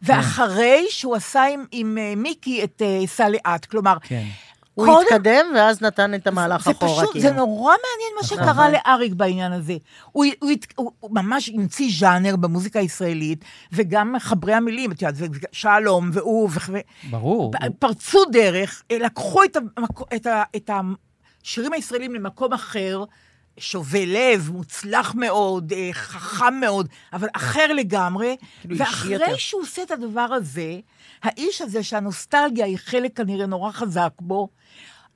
ואחרי שהוא עשה עם, עם אה, מיקי את אה, סע לאט, כלומר,
כן.
הוא
קודם-
התקדם, ואז נתן את המהלך
זה
אחורה,
פשוט, זה
כאילו.
נורא מעניין מה שקרה לאריק בעניין הזה. הוא, הוא, הת- הוא, הוא ממש המציא ז'אנר במוזיקה הישראלית, וגם מחברי המילים, את יודעת, ושלום, והוא, וכו...
ברור. הוא-
פרצו דרך, אה, לקחו את, המקו, את, ה, את השירים הישראלים למקום אחר, שובה לב, מוצלח מאוד, אה, חכם מאוד, אבל אחר לגמרי.
כאילו אישי יותר.
ואחרי שהוא עושה את הדבר הזה, האיש הזה, שהנוסטלגיה היא חלק כנראה נורא חזק בו,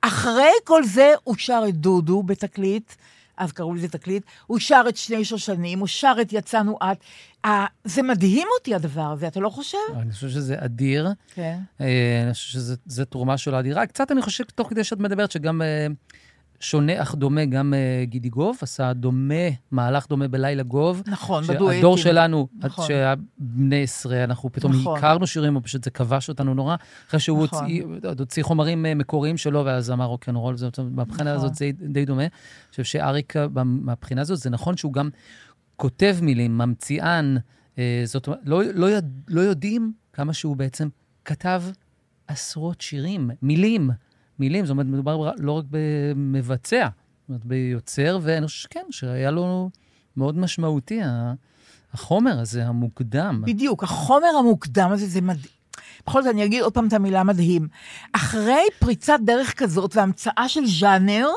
אחרי כל זה הוא שר את דודו בתקליט, אז קראו לזה תקליט, הוא שר את שני שושנים, הוא שר את יצאנו את. אה, זה מדהים אותי הדבר הזה, אתה לא חושב?
אני חושב שזה אדיר.
כן.
אה, אני חושב שזו תרומה שלו אדירה. קצת אני חושב, תוך כדי שאת מדברת, שגם אה, שונה אך דומה, גם אה, גידי גוב עשה דומה, מהלך דומה בלילה גוב.
נכון, בדואטים.
שהדור שלנו,
נכון.
שהיה בני עשרה, אנחנו פתאום
נכון.
הכרנו שירים, או פשוט זה כבש אותנו נורא, אחרי שהוא
נכון.
הוציא- עוד הוציא חומרים אה, מקוריים שלו, ואז אמר "אוקיי, רוקנרול, זאת אומרת, מהבחינה
נכון.
הזאת זה די דומה. אני חושב שאריק, אה, מהבחינה הזאת, זה נכון שהוא גם כותב מילים, ממציאן, אה, זאת אומרת, לא- לא יד- לא יודעים כמה שהוא בעצם כתב עשרות שירים, מילים, מילים, זאת אומרת, מדובר לא רק במבצע, זאת אומרת, ביוצר, ואני חושב שכן, שהיה לו מאוד משמעותי, ה- החומר הזה, המוקדם.
בדיוק, החומר המוקדם הזה זה מדהים. בכל זאת, אני אגיד עוד פעם את המילה מדהים. אחרי פריצת דרך כזאת והמצאה של ז'אנר,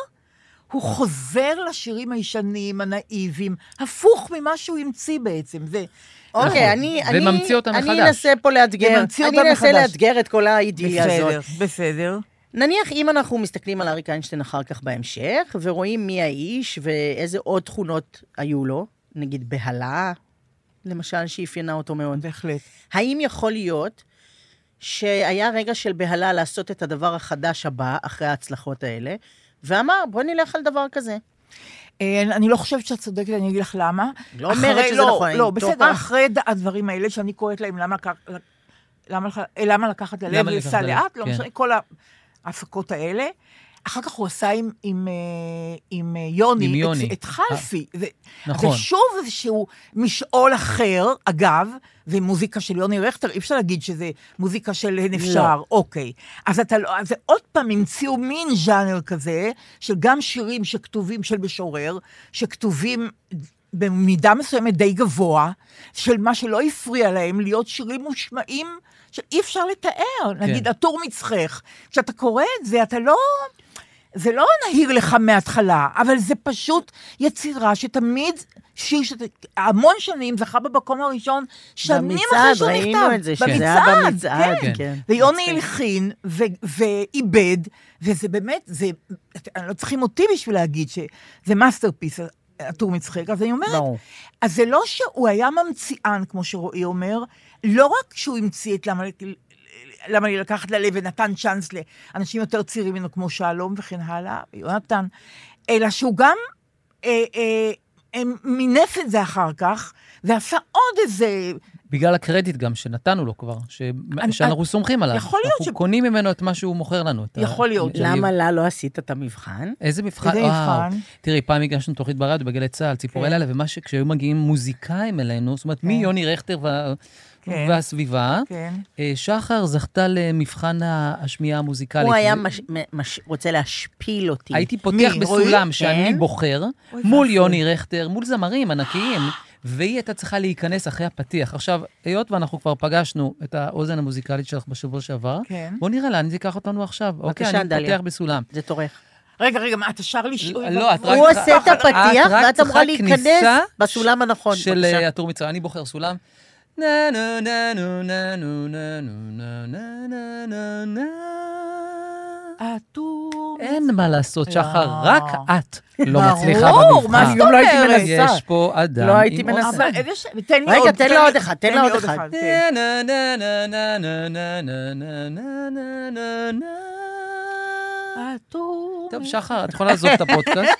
הוא חוזר לשירים הישנים, הנאיביים, הפוך ממה שהוא המציא בעצם. זה...
אוקיי, אני... אני-
נכון. וממציא אותה
אני
מחדש.
אנסה פה לאתגר.
וממציא
אני
אותה
אנסה
מחדש.
לאתגר את כל האידיליה הזאת.
בסדר, בסדר.
נניח אם אנחנו מסתכלים על אריק איינשטיין אחר כך בהמשך, ורואים מי האיש ואיזה עוד תכונות היו לו, נגיד בהלה, למשל, שאפיינה אותו מאוד.
בהחלט.
האם יכול להיות שהיה רגע של בהלה לעשות את הדבר החדש הבא, אחרי ההצלחות האלה, ואמר, בוא נלך על דבר כזה.
אה, אני לא חושבת שאת צודקת, אני אגיד לך למה.
לא
אחרי-
אומרת שזה
לא,
נכון, אני
לא, בסדר,
טועה.
אחרי ד- הדברים האלה שאני קוראת להם, למה לקח- למה לח- אה, למה לקחת ללב
למה
ולסע
לקחת ללב,
לאט, לא
כן.
משנה, כל ההפקות האלה. אחר כך הוא עשה עם- עם, אה, עם אה, יוני,
עם
את-
יוני.
את חלפי. זה-
נכון.
זה שוב איזשהו משעול אחר, אגב, זה מוזיקה של יוני רכטר, אי אפשר להגיד שזה מוזיקה של הן אפשר, אוקיי. אז אתה לא, אז עוד פעם המציאו מין ז'אנר כזה, של גם שירים שכתובים של משורר, שכתובים במידה מסוימת די גבוה, של מה שלא הפריע להם להיות שירים מושמעים, שאי אפשר לתאר. נגיד, עטור מצחך. כשאתה קורא את זה, אתה לא... זה לא נהיר לך מההתחלה, אבל זה פשוט יצירה שתמיד, שיר שהמון שנים זכה במקום הראשון, שנים אחרי
במצעד,
שהוא נכתב.
ראינו את זה, שזה היה במצעד, כן.
ויוני
מצחיק.
הלחין ו- ואיבד, וזה באמת, זה, את- לא צריכים אותי בשביל להגיד שזה מאסטרפיס, הטור מצחיק, אז אני אומרת,
ברור.
אז זה לא שהוא היה ממציאן, כמו שרועי אומר, לא רק שהוא המציא את למה... למה לי לקחת ללב ונתן צ'אנס לאנשים יותר צעירים ממנו, כמו שלום וכן הלאה, יונתן, אלא שהוא גם אה, אה, אה, מינף את זה אחר כך, ועשה עוד איזה
בגלל הקרדיט גם שנתנו לו כבר, ש...
אני-
שאנחנו סומכים עליו.
יכול להיות
אנחנו
ש-
קונים ממנו את מה שהוא מוכר לנו. את ה-
יכול להיות.
את ה-
למה לה לא עשית את המבחן?
איזה מבחן,
איזה
וואו.
מבחן? כן.
תראי, פעם הגשנו תוכנית ברדיו בגלי צה"ל, ציפורי לילה, ומה שכשהיו מגיעים מוזיקאים אלינו, זאת אומרת, מיוני רכטר וה-
כן.
והסביבה,
כן.
אה, שחר זכתה למבחן השמיעה המוזיקלית.
הוא היה מש- מ- מש- רוצה להשפיל אותי.
הייתי פותח
מי?
בסולם
רועי?
שאני
כן.
בוחר,
אוי
מול
ואבוי.
יוני רכטר, מול זמרים ענקיים, והיא הייתה צריכה להיכנס אחרי הפתיח. עכשיו, היות ואנחנו כבר פגשנו את האוזן המוזיקלית שלך בשבוע שעבר,
כן.
בוא נראה לאן זה ייקח אותנו עכשיו. אוקיי,
בבקשה,
אני
דליה.
פותח בסולם.
זה טורח.
רגע, רגע, מה, אתה שר לי שיר?
לא, את רק
הוא
צריכה-
עושה את הפתיח,
את רק
ואת אמורה
צריכה
להיכנס
כניסה
בסולם הנכון.
של
נכון, בבקשה.
אה, הטור מצרים. אני בוחר סולם. נה נה נה נה נה נה נה נה נה נה נה נה
הטור...
אה,
אין מה לעשות,
לא.
שחר, רק את לא מצליחה במבחן.
ברור, מה זאת
גם לא הייתי
אומרת?
מנסה.
יש פה אדם
לא הייתי
עם
מנסה.
אוזן.
אבל יש- תן לי
רגע,
עוד.
תן לו
לי-
עוד אחד, תן לו
לי
עוד אחד.
אה,
כן.
נה, נה, נה, נה, נה, נה, נה, נה, נה, נה, נה, נה.
הטור...
טוב, שחר, את יכולה לעזוב את הפודקאסט.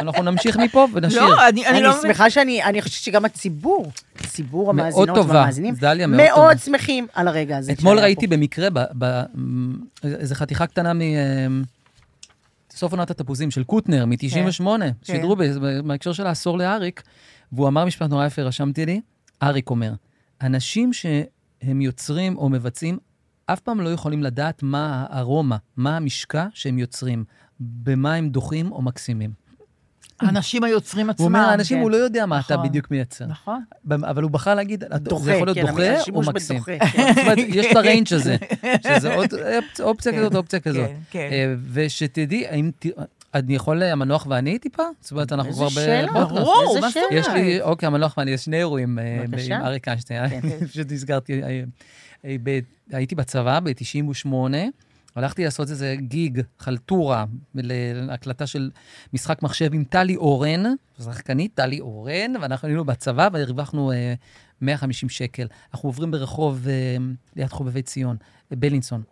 אנחנו נמשיך מפה ונשאיר.
לא, אני אני
אני
לא...
שמחה שאני, אני חושבת שגם הציבור, ציבור
מאוד
המאזינות
טובה,
והמאזינים,
דליה, מאוד טובה.
מאוד שמחים על הרגע הזה.
אתמול
שהיה
ראיתי
פה.
במקרה, ב- ב- איזו חתיכה קטנה מ... אה, סוף עונת התפוזים של קוטנר,
כן.
מ-98, שידרו ב- בהקשר של העשור לאריק, והוא אמר משפט נורא יפה, רשמתי לי, אריק אומר, אנשים שהם יוצרים או מבצעים, אף פעם לא יכולים לדעת מה הארומה, מה המשקע שהם יוצרים, במה הם דוחים או מקסימים.
האנשים היוצרים עצמם.
הוא אומר, האנשים,
כן.
הוא לא יודע מה אתה
נכון.
בדיוק מייצר.
נכון.
אבל הוא בחר להגיד, זה
דוחה,
יכול להיות
כן,
דוחה או
השימוש
מקסים.
בדוחה, כן.
זאת אומרת, יש את הריינג' הזה, שזה עוד- אופצ- אופציה
כן,
כזאת, אופציה כזאת.
כן.
אה, ושתדעי, האם ת... אני יכול, אה, המנוח ואני טיפה? זאת אומרת, אנחנו
איזה
כבר
שאלה,
בפודקאסט.
ברור,
איזה
מה זאת
שאלה.
יש לי, אוקיי, המנוח ואני, יש שני אירועים אה, ב-
בבקשה.
עם אריק איינשטיין,
כן.
פשוט הזכרתי. אה, אה, ב- הייתי בצבא ב-98, הלכתי לעשות איזה גיג, חלטורה, להקלטה של משחק מחשב עם טלי אורן, שחקנית טלי אורן, ואנחנו היינו בצבא והרווחנו אה, 150 שקל. אנחנו עוברים ברחוב, אה, ליד חובבי ציון, אה, בלינסון,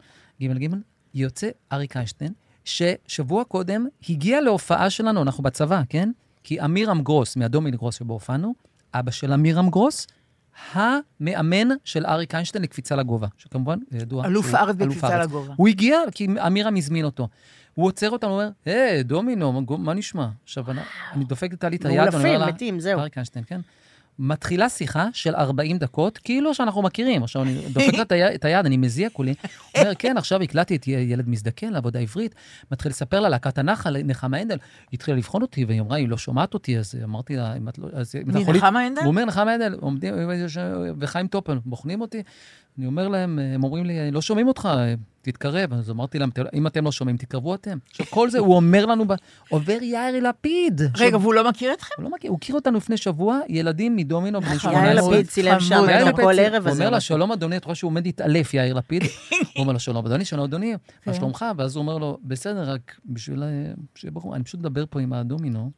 ג' ג', יוצא אריק איינשטיין, ששבוע קודם הגיע להופעה שלנו, אנחנו בצבא, כן? כי אמירם גרוס, מהדומיל גרוס שבו הופענו, אבא של אמירם גרוס, המאמן של אריק איינשטיין לקפיצה לגובה, שכמובן, זה ידוע.
אלוף
שהוא
הארץ
אלוף
בקפיצה
הארץ.
לגובה.
הוא הגיע, כי אמירם הזמין אותו. הוא עוצר אותנו, הוא אומר, היי, דומינו, מה- מה נשמע? עכשיו, אני- אני דופק את טלי את היד, ואני אומר
מאולפים,
לה...
מתים, זהו.
אריק איינשטיין, כן? מתחילה שיחה של 40 דקות, כאילו שאנחנו מכירים. עכשיו, אני דופק לה את היד- את היד, אני מזיע כולי. אומר, כן, עכשיו הקלטתי את י- ילד מזדקן לעבודה עברית. מתחיל לספר לה להקת הנחל, נחמה הנדל. היא התחילה לבחון אותי, והיא אמרה, היא לא שומעת אותי, אז אמרתי לה, אם את לא... אז אם אתה
מי,
יכול... להת-
נחמה הנדל?
הוא אומר, נחמה הנדל, עומדים, וחיים טופל, בוחנים אותי. אני אומר להם, הם אומרים לי, לא שומעים אותך, תתקרב. אז אמרתי להם, "אתם- אם אתם לא שומעים, תתקרבו אתם. עכשיו, כל זה, הוא אומר לנו, ב- עובר יאיר לפיד.
רגע, והוא לא מכיר אתכם?
הוא לא מכיר, הוא הכיר אותנו לפני שבוע, ילדים מדומינו בני
נכון.
18.
יאיר לפיד
מאוד
צילם שם
חמוד.
יאיר
את
לפיד
כל
צי-
ערב
הוא
הזה.
אומר לה, שלום אדוני, את רואה שהוא עומד להתעלף, יאיר לפיד. הוא אומר לו, שלום אדוני, שלום אדוני,
כן.
מה שלומך? ואז הוא אומר לו, בסדר, רק בשביל... אה, שברור, אני פשוט מדבר פה עם הדומינו.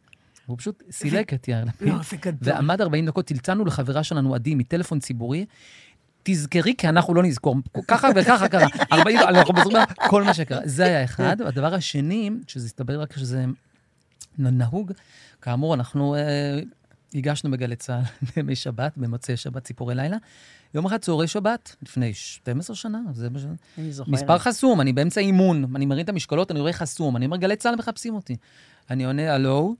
הוא פשוט סילק את יאיר לפיד.
לא, זה גדול.
ועמד 40 דקות, צלצלנו לחברה שלנו, עדי, מטלפון ציבורי. תזכרי, כי אנחנו לא נזכור. ככה וככה קרה. 40, אנחנו בזמן, כל מה שקרה. זה היה אחד. הדבר השני, שזה הסתבר רק שזה נ- נהוג, כאמור, אנחנו אה, הגשנו בגלי צה"ל בימי שבת, במוצאי שבת, ציפורי לילה. יום אחד צהרי שבת, לפני 12 שנה, זה מה ש...
אני זוכרת.
מספר חסום, אני באמצע אימון, אני מרים את המשקולות, אני רואה חסום, אני אומר, גלי צה"ל מחפשים אותי. אני עונה, הלו?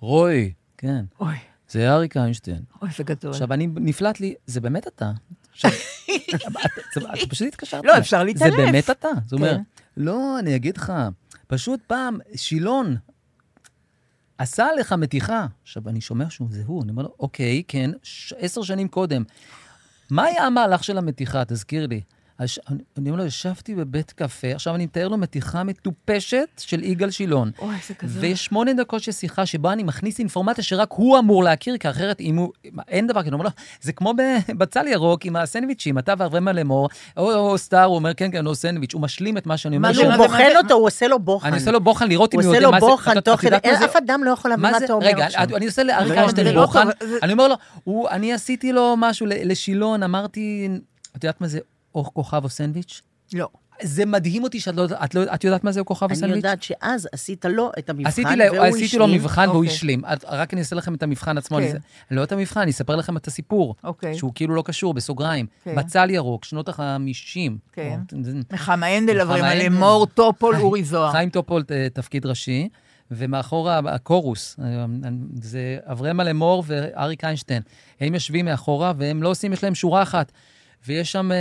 רועי. כן.
אוי,
זה אריק איינשטיין.
אוי, זה גדול.
עכשיו, אני, נפלט לי, זה באמת אתה. עכשיו, את- את פשוט התקשרת.
לא, אפשר להתעלף.
זה באמת אתה. זה אומר,
כן.
לא, אני אגיד לך, פשוט פעם, שילון עשה עליך מתיחה. עכשיו, אני שומע שהוא, זה הוא, אני אומר לו, אוקיי, כן, ש- עשר שנים קודם. מה היה המהלך של המתיחה? תזכיר לי. הש... אני אני אומר לו, ישבתי בבית קפה, עכשיו אני מתאר לו מתיחה מטופשת של יגאל שילון.
אוי, זה גדול.
ויש שמונה דקות של שיחה שבה אני מכניס אינפורמציה שרק הוא אמור להכיר, כי אחרת אם הוא... אין דבר כזה, הוא אומר לו, זה כמו ב- בצל ירוק עם הסנדוויצ'ים, אתה ואברמה לאמור, או, או סטאר, הוא אומר, כן, כן, נו, סנדוויץ', הוא משלים את מה שאני אומר.
מה
אבל
לו.
זה
הוא
מה
בוחן
מה-
אותו, הוא עושה לו בוחן.
אני עושה לו בוחן לראות אם
הוא
הוא
עושה
יודע
לו
מה זה...
בוחן
את-
תוך
את
כדי,
יודעת מה זה-
אף אדם לא יכול להבין
מה
מה
זה,
אתה אומר
רגע,
עכשיו.
אני- אני עושה לאריק
רגע,
איינשטיין
זה לא
בוחן,
טוב, זה-
אני אומר לו, הוא- אני עשיתי לו משהו ל- לשילון, אמרתי, את יודעת מה זה אור כוכב או סנדוויץ'?
לא.
זה מדהים אותי שאת לא את לא- את יודעת מה זה אור כוכב או
אני
סנדוויץ'?
יודעת שאז עשית לו את המבחן,
עשיתי, לה,
והוא
עשיתי לו
השלים.
מבחן והוא
אוקיי.
השלים. את- רק אני אעשה לכם את המבחן עצמו.
כן.
אני, לא את המבחן, אני אספר לכם את הסיפור.
אוקיי.
שהוא כאילו לא קשור, בסוגריים.
כן.
בצל ירוק, שנות החמישים. נכון.
כן.
או-
נחמה הנדל,
נחמה
אברהם
הנדל.
לאמור, טופול, אורי זוהר.
אה.
חיים טופול, ת- תפקיד ראשי, ומאחורה הקורוס, אה, זה אברמה לאמור ואריק איינשטיין. הם יושבים מאחורה, והם לא עושים, יש להם שורה אחת. ויש שם אה,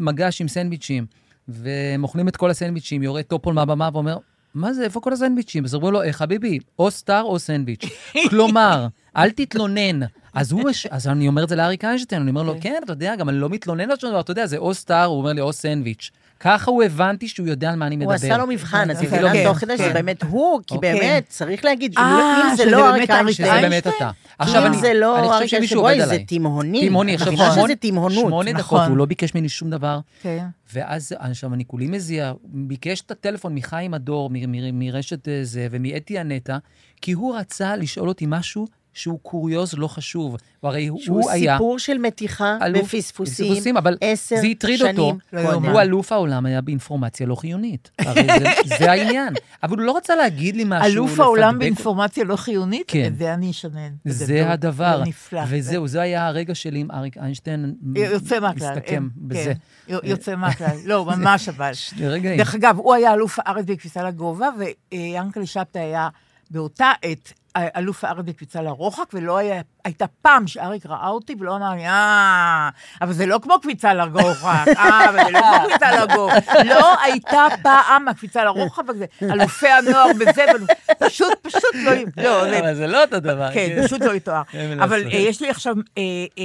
מגש עם סנדוויצ'ים, והם אוכלים את כל הסנדוויצ'ים, יורד טופול מהבמה ואומר, מה זה, איפה כל הסנדוויצ'ים? אז אומרים לו, "אה, חביבי, או סטאר או סנדוויץ'. כלומר, אל תתלונן. אז הוא, מש... אז אני אומר את זה לאריק איינשטיין, אני אומר לו, כן, אתה יודע, גם אני לא מתלונן על שום דבר, אתה יודע, זה או סטאר, הוא אומר לי, או סנדוויץ'. ככה הוא הבנתי שהוא יודע על מה אני מדבר.
הוא עשה לו מבחן, אז
אוקיי,
הבנת
כן,
תוך כדי שזה
כן.
באמת הוא, כי
אוקיי.
באמת, צריך להגיד, אם
אה,
לא- אם זה
שזה
לא
באמת אריק
אריק איינשטיין,
שזה
איינשטיין?
באמת אתה.
עכשיו אם זה לא
אני
אריק
חושב שמישהו
איינשטיין,
עובד
זה
עליי.
תימהוני.
תימהוני, עכשיו
אני חושב
שמונה-
שזה תימהונות.
שמונה דקות,
נכון.
הוא לא ביקש ממני שום דבר.
כן.
ואז, עכשיו, אני כולי מזיע, ביקש את הטלפון מחיים הדור, מ- מ- מרשת אה, זה, ומאתי הנטע, כי הוא רצה לשאול אותי משהו שהוא קוריוז לא חשוב. הרי הוא
שהוא
היה...
סיפור של מתיחה
אלוף-
ופספוסים,
פספוסים, אבל
עשר
זה הטריד
שנים
אותו.
לא
קודם.
יאומן.
הוא אלוף העולם היה באינפורמציה לא חיונית. הרי זה- זה העניין. אבל הוא לא רצה להגיד לי משהו.
אלוף העולם
לפדבק אותי.
באינפורמציה לא חיונית?
כן.
את זה אני אשנן.
זה
גדול,
הדבר.
זה נפלא.
וזהו, זה היה הרגע שלי עם אריק איינשטיין.
יוצא מהכלל.
מסתכם
אין,
בזה.
כן, י- יוצא מהכלל. לא, ממש אבל.
רגע,
דרך אגב, הוא היה אלוף הארץ בקפיצה לגובה, ויאנקל'ה שבתאי היה באותה עת אלוף הארץ בקפיצה לרוחק, ולא היה, הייתה פעם שאריק ראה אותי ולא אמר לי, אה, אבל זה לא כמו קפיצה לרוחק, אה, אבל זה לא כמו קפיצה לגובה. לא הייתה פעם הקפיצה לרוחק, וזה, אלופי הנוער בזה, ואלופ- פשוט, פשוט לא, לא, זה
אבל זה לא אותו דבר.
כן, פשוט לא יתואר.
אין מה
אבל
לעשות.
אה, יש לי עכשיו אה, אה,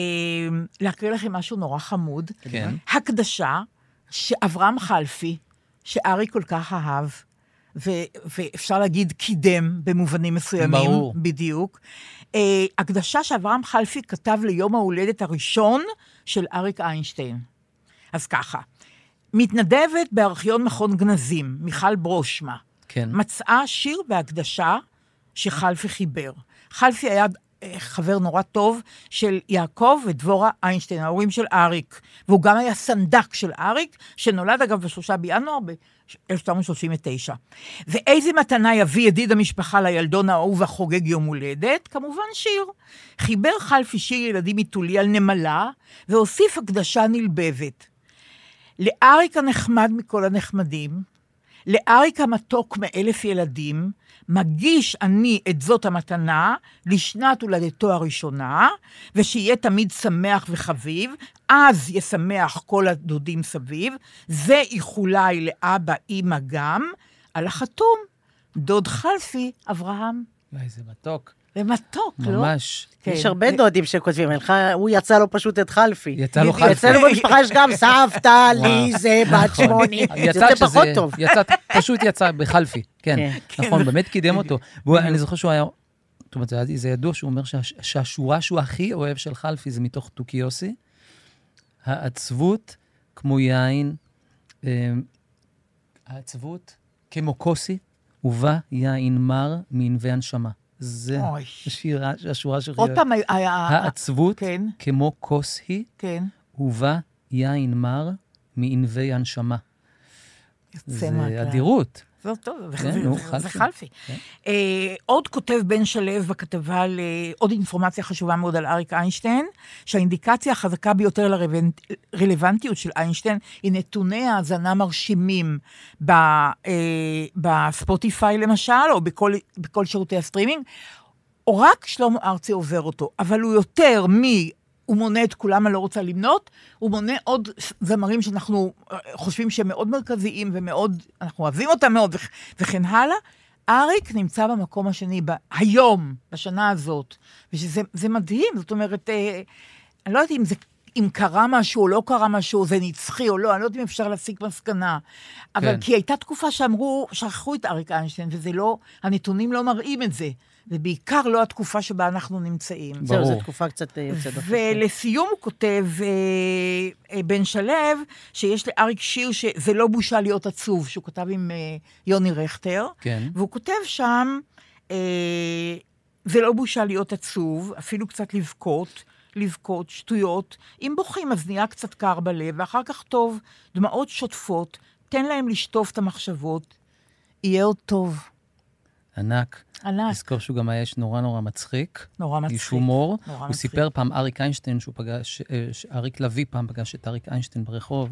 להקריא לכם משהו נורא חמוד.
כן.
הקדשה שאברהם חלפי, שארי כל כך אהב, ו, ואפשר להגיד קידם במובנים מסוימים.
ברור.
בדיוק. אה, הקדשה שאברהם חלפי כתב ליום ההולדת הראשון של אריק איינשטיין. אז ככה, מתנדבת בארכיון מכון גנזים, מיכל ברושמה.
כן.
מצאה שיר בהקדשה שחלפי חיבר. חלפי היה אה, חבר נורא טוב של יעקב ודבורה איינשטיין, ההורים של אריק. והוא גם היה סנדק של אריק, שנולד אגב בשלושה בינואר ב-1939. ואיזה מתנה יביא ידיד המשפחה לילדון האהוב החוגג יום הולדת? כמובן שיר. חיבר חלפי שיר ילדים מטולי על נמלה, והוסיף הקדשה נלבבת. לאריק הנחמד מכל הנחמדים, לאריק המתוק מאלף ילדים, מגיש אני את זאת המתנה לשנת הולדתו הראשונה, ושיהיה תמיד שמח וחביב, אז ישמח כל הדודים סביב, זה איחולי לאבא, אימא גם, על החתום, דוד חלפי, אברהם.
אולי זה מתוק,
זה מתוק, לא?
ממש.
כן.
יש הרבה דודים שכותבים, "אין לך- הוא יצא לו פשוט את חלפי.
יצא לו
בדיוק.
חלפי.
אצלנו במשפחה יש גם סבתא, לי זה בת שמונים. זה
נכון. יצא
יוצא
שזה- כן,
פחות טוב.
יצא, פשוט יצא בחלפי, כן. נכון, באמת קידם אותו. והוא- אני זוכר שהוא היה... זאת אומרת, זה היה- זה ידוע שהוא אומר שה- שהשורה שהוא הכי אוהב של חלפי זה מתוך טוקיוסי. העצבות כמו יין, אמ, העצבות כמו כוסי, ובה יין מר מענבי הנשמה. זה
אוי.
השירה, השורה שלך.
עוד פעם, ה- ה- ה-
העצבות
כן.
כמו כוס היא,
כן,
ובה יין מר מענבי הנשמה.
יוצא
זה
מהכלל.
אדירות.
זה טוב, זה-
כן,
זה-
נו,
זה- זה
חלפי. כן.
חלפי. אה, עוד כותב בן שלו בכתבה על אה, עוד אינפורמציה חשובה מאוד על אריק איינשטיין, שהאינדיקציה החזקה ביותר לרלוונטיות של איינשטיין היא נתוני האזנה מרשימים ב- אה, בספוטיפיי למשל, או בכל בכל שירותי הסטרימינג, או רק שלמה ארצי עובר אותו, אבל הוא יותר מ... הוא מונה את כולם, אני לא רוצה למנות, הוא מונה עוד זמרים שאנחנו אה, חושבים שהם מאוד מרכזיים ומאוד, אנחנו אוהבים אותם מאוד וכ- וכן הלאה. אריק נמצא במקום השני ב- היום, בשנה הזאת, ושזה זה מדהים, זאת אומרת, אה, אני לא יודעת אם זה... אם קרה משהו או לא קרה משהו, זה נצחי או לא, אני לא יודעת אם אפשר להסיק מסקנה. אבל
כן.
כי הייתה תקופה שאמרו, שכחו את אריק איינשטיין, וזה לא, הנתונים לא מראים את זה. זה בעיקר לא התקופה שבה אנחנו נמצאים.
זהו,
ברור.
זו תקופה קצת אה, יוצאת דופן.
אוקיי.
ולסיום הוא כותב אה, אה, בן שלו, שיש לאריק שיר שזה לא בושה להיות עצוב, שהוא כתב עם אה, יוני רכטר.
כן.
והוא כותב שם, אה, זה לא בושה להיות עצוב, אפילו קצת לבכות, לבכות, שטויות. אם בוכים אז נהיה קצת קר בלב, ואחר כך טוב, דמעות שוטפות, תן להם לשטוף את המחשבות, יהיה עוד טוב.
ענק.
ענק,
לזכור שהוא גם היה איש נורא נורא מצחיק.
אה. נורא מצחיק.
איש הומור.
נורא
הוא
מצחיק.
סיפר פעם, אריק איינשטיין, שהוא פגש, אה, ש- אריק לביא פעם פגש את אריק איינשטיין ברחוב,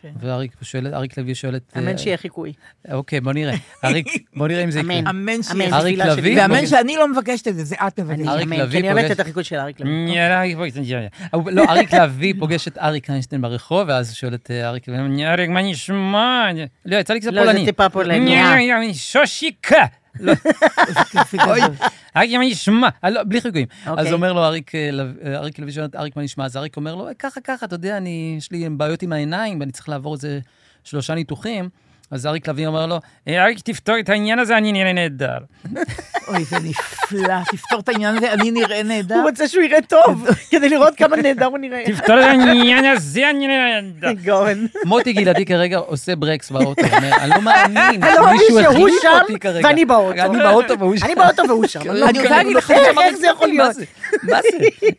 כן.
ואריק שואל, אריק לביא שואל את... אה,
כן. אמן שיהיה חיקוי.
אוקיי, בוא נראה. אריק, בוא נראה אם זה יקרה.
אמן.
אמן שיהיה.
אמן.
אריק
תפילה שלי.
לביא?
ואמן שאני לא מבקשת את זה, זה את מבקשת.
אריק
אמן, כי
לביא
אני אוהבת
פוגש-
את החיקוי של אריק לביא.
יאללה, בואי, יאללה. הוא- לא, אריק לביא פוגש את אריק איינשטיין ברחוב, ואז הוא שואל את אה, אריק לביא, אריק, מה נשמע? לא, יצא לי קצת
לא,
פולני.
זה טיפה פולני. לא.
"יא, יא, יא, שושיקה. לא, אוי, אריק, מה נשמע? אה, לא, בלי חיקויים. אז
אוקיי.
אומר לו אריק אה, לב- אה, אריק לוי, שואל אותו, אריק, מה נשמע? אז אריק אומר לו, "אה, ככה, ככה, אתה יודע, אני, יש לי בעיות עם העיניים, ואני צריך לעבור איזה שלושה ניתוחים. אז אריק לביא אומר לו, "אה, אריק, תפתור את העניין הזה, אני נראה נהדר.
אוי, זה נפלא, תפתור את העניין הזה, אני נראה נהדר.
הוא רוצה שהוא יראה טוב, כדי לראות כמה נהדר הוא נראה.
תפתור את העניין הזה, אני נראה נהדר.
גאון.
מוטי גלעדי כרגע עושה ברקס באוטו, אומר, אני לא מאמין,
אני לא מאמין
מישהו
שהוא
החליף
שם
אותי כרגע.
ואני באוטו.
אני באוטו והוא שם.
אני באוטו והוא שם.
לא,
אני רוצה
כן,
להגיד
הוא
לך,
נותן
איך זה
שם
יכול
מה זה? מה זה?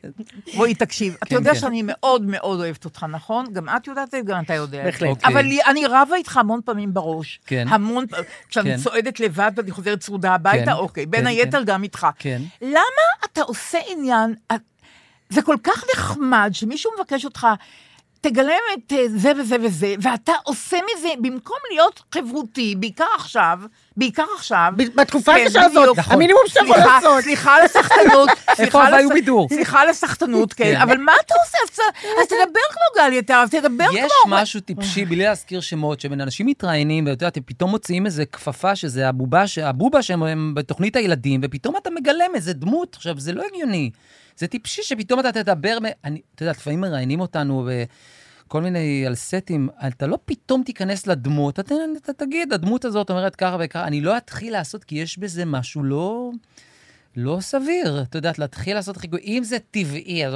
רועי, תקשיב, אתה
כן,
יודע
כן.
שאני מאוד מאוד אוהבת אותך, נכון? גם את יודעת את זה, גם אתה יודע. את זה.
בהחלט.
אוקיי.
אבל לי- אני רבה איתך המון פעמים בראש.
כן.
המון, פ- כשאני
כן.
צועדת לבד ואני חוזרת צרודה הביתה,
כן,
אוקיי,
כן,
בין היתר
כן.
גם איתך.
כן.
למה אתה עושה עניין, זה כל כך נחמד שמישהו מבקש אותך, תגלם את אה, זה וזה וזה, ואתה עושה מזה, במקום להיות חברותי, בעיקר עכשיו, בעיקר עכשיו,
ב- בתקופה
כן,
הקשה הזאת,
בדיוק.
המינימום שאתה יכול
סליחה,
לעשות.
סליחה על הסחטנות. סליחה על
אבל היו
הסח-
בידור?
סליחה על הסחטנות, כן,
כן.
אבל מה אתה עושה? אז ת- אז תדבר כמו גלי, אתה תדבר כמו...
יש משהו טיפשי, בלי להזכיר שמות, שאנשים מתראיינים, ואתה יודע, אתם פתאום מוציאים איזה כפפה, שזה הבובה, ש- הבובה שהם הם בתוכנית הילדים, ופתאום אתה מגלם איזה דמות. עכשיו, זה לא הגיוני. זה טיפשי שפתאום אתה תדבר, מ- אני, אתה יודע, לפעמים מראיינים אותנו בכל מיני, על סטים, אתה לא פתאום תיכנס לדמות, אתה, אתה תגיד, הדמות הזאת אומרת ככה וככה, אני לא אתחיל לעשות, כי יש בזה משהו לא... לא סביר, את יודעת, להתחיל לעשות חיקוי, אם זה טבעי, אז...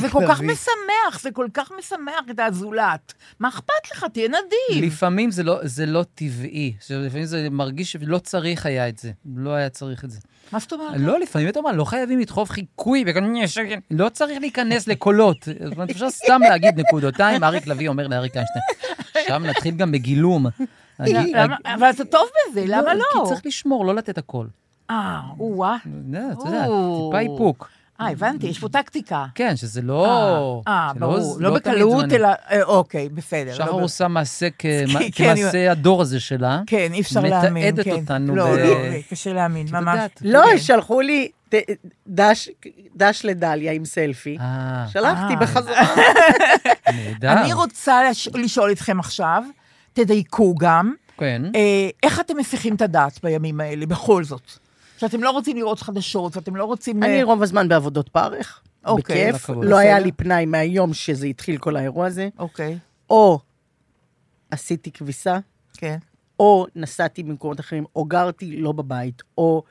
זה כל כך
להביא.
משמח, זה כל כך משמח את הזולת. מה אכפת לך? תהיה נדיב.
לפעמים זה לא, זה לא טבעי, לפעמים זה מרגיש שלא צריך היה את זה, לא היה צריך את זה.
מה זאת אומרת?
לא, לפעמים אתה אומר, לא חייבים לדחוף חיקוי, וכל- יש- לא צריך להיכנס לקולות. זאת אומרת, אפשר סתם להגיד נקודותיים, אריק לביא אומר לאריק איינשטיין. שם נתחיל גם בגילום. אני-
לא, למה- אבל אתה טוב בזה, למה לא?
כי צריך לשמור, לא לתת הכל.
אה, או-אה.
אתה יודע,
או.
טיפה איפוק.
אה, הבנתי, יש פה טקטיקה.
כן, שזה
אה,
לא...
אה,
שלא-
ברור. לא
תמיד
בקלות,
זמני.
אלא... אה, אוקיי, בסדר. לא
שחר
ב-
עושה מעשה כ-
כן,
כמעשה הדור הזה שלה.
כן, אי אפשר
מתעדת
להאמין, כן.
אותנו
לא,
ב-
לא, לא, קשה להאמין,
את
ממש.
יודעת.
לא,
כן.
שלחו לי ת- דש- דש לדליה עם סלפי.
אה,
שלחתי
אה.
בחזרה.
נהדר.
אני רוצה לש- לשאול אתכם עכשיו, תדייקו גם,
כן.
אה, איך אתם מסיחים את הדעת בימים האלה, בכל זאת? שאתם לא רוצים לראות חדשות, ואתם לא רוצים...
אני
אה,
רוב הזמן בעבודות פרך.
אוקיי,
בכיף.
כל הכבוד.
לא היה
בסדר.
לי פנאי מהיום שזה התחיל כל האירוע הזה.
אוקיי,
או עשיתי כביסה,
כן.
או נסעתי במקומות אחרים, או גרתי לא בבית, או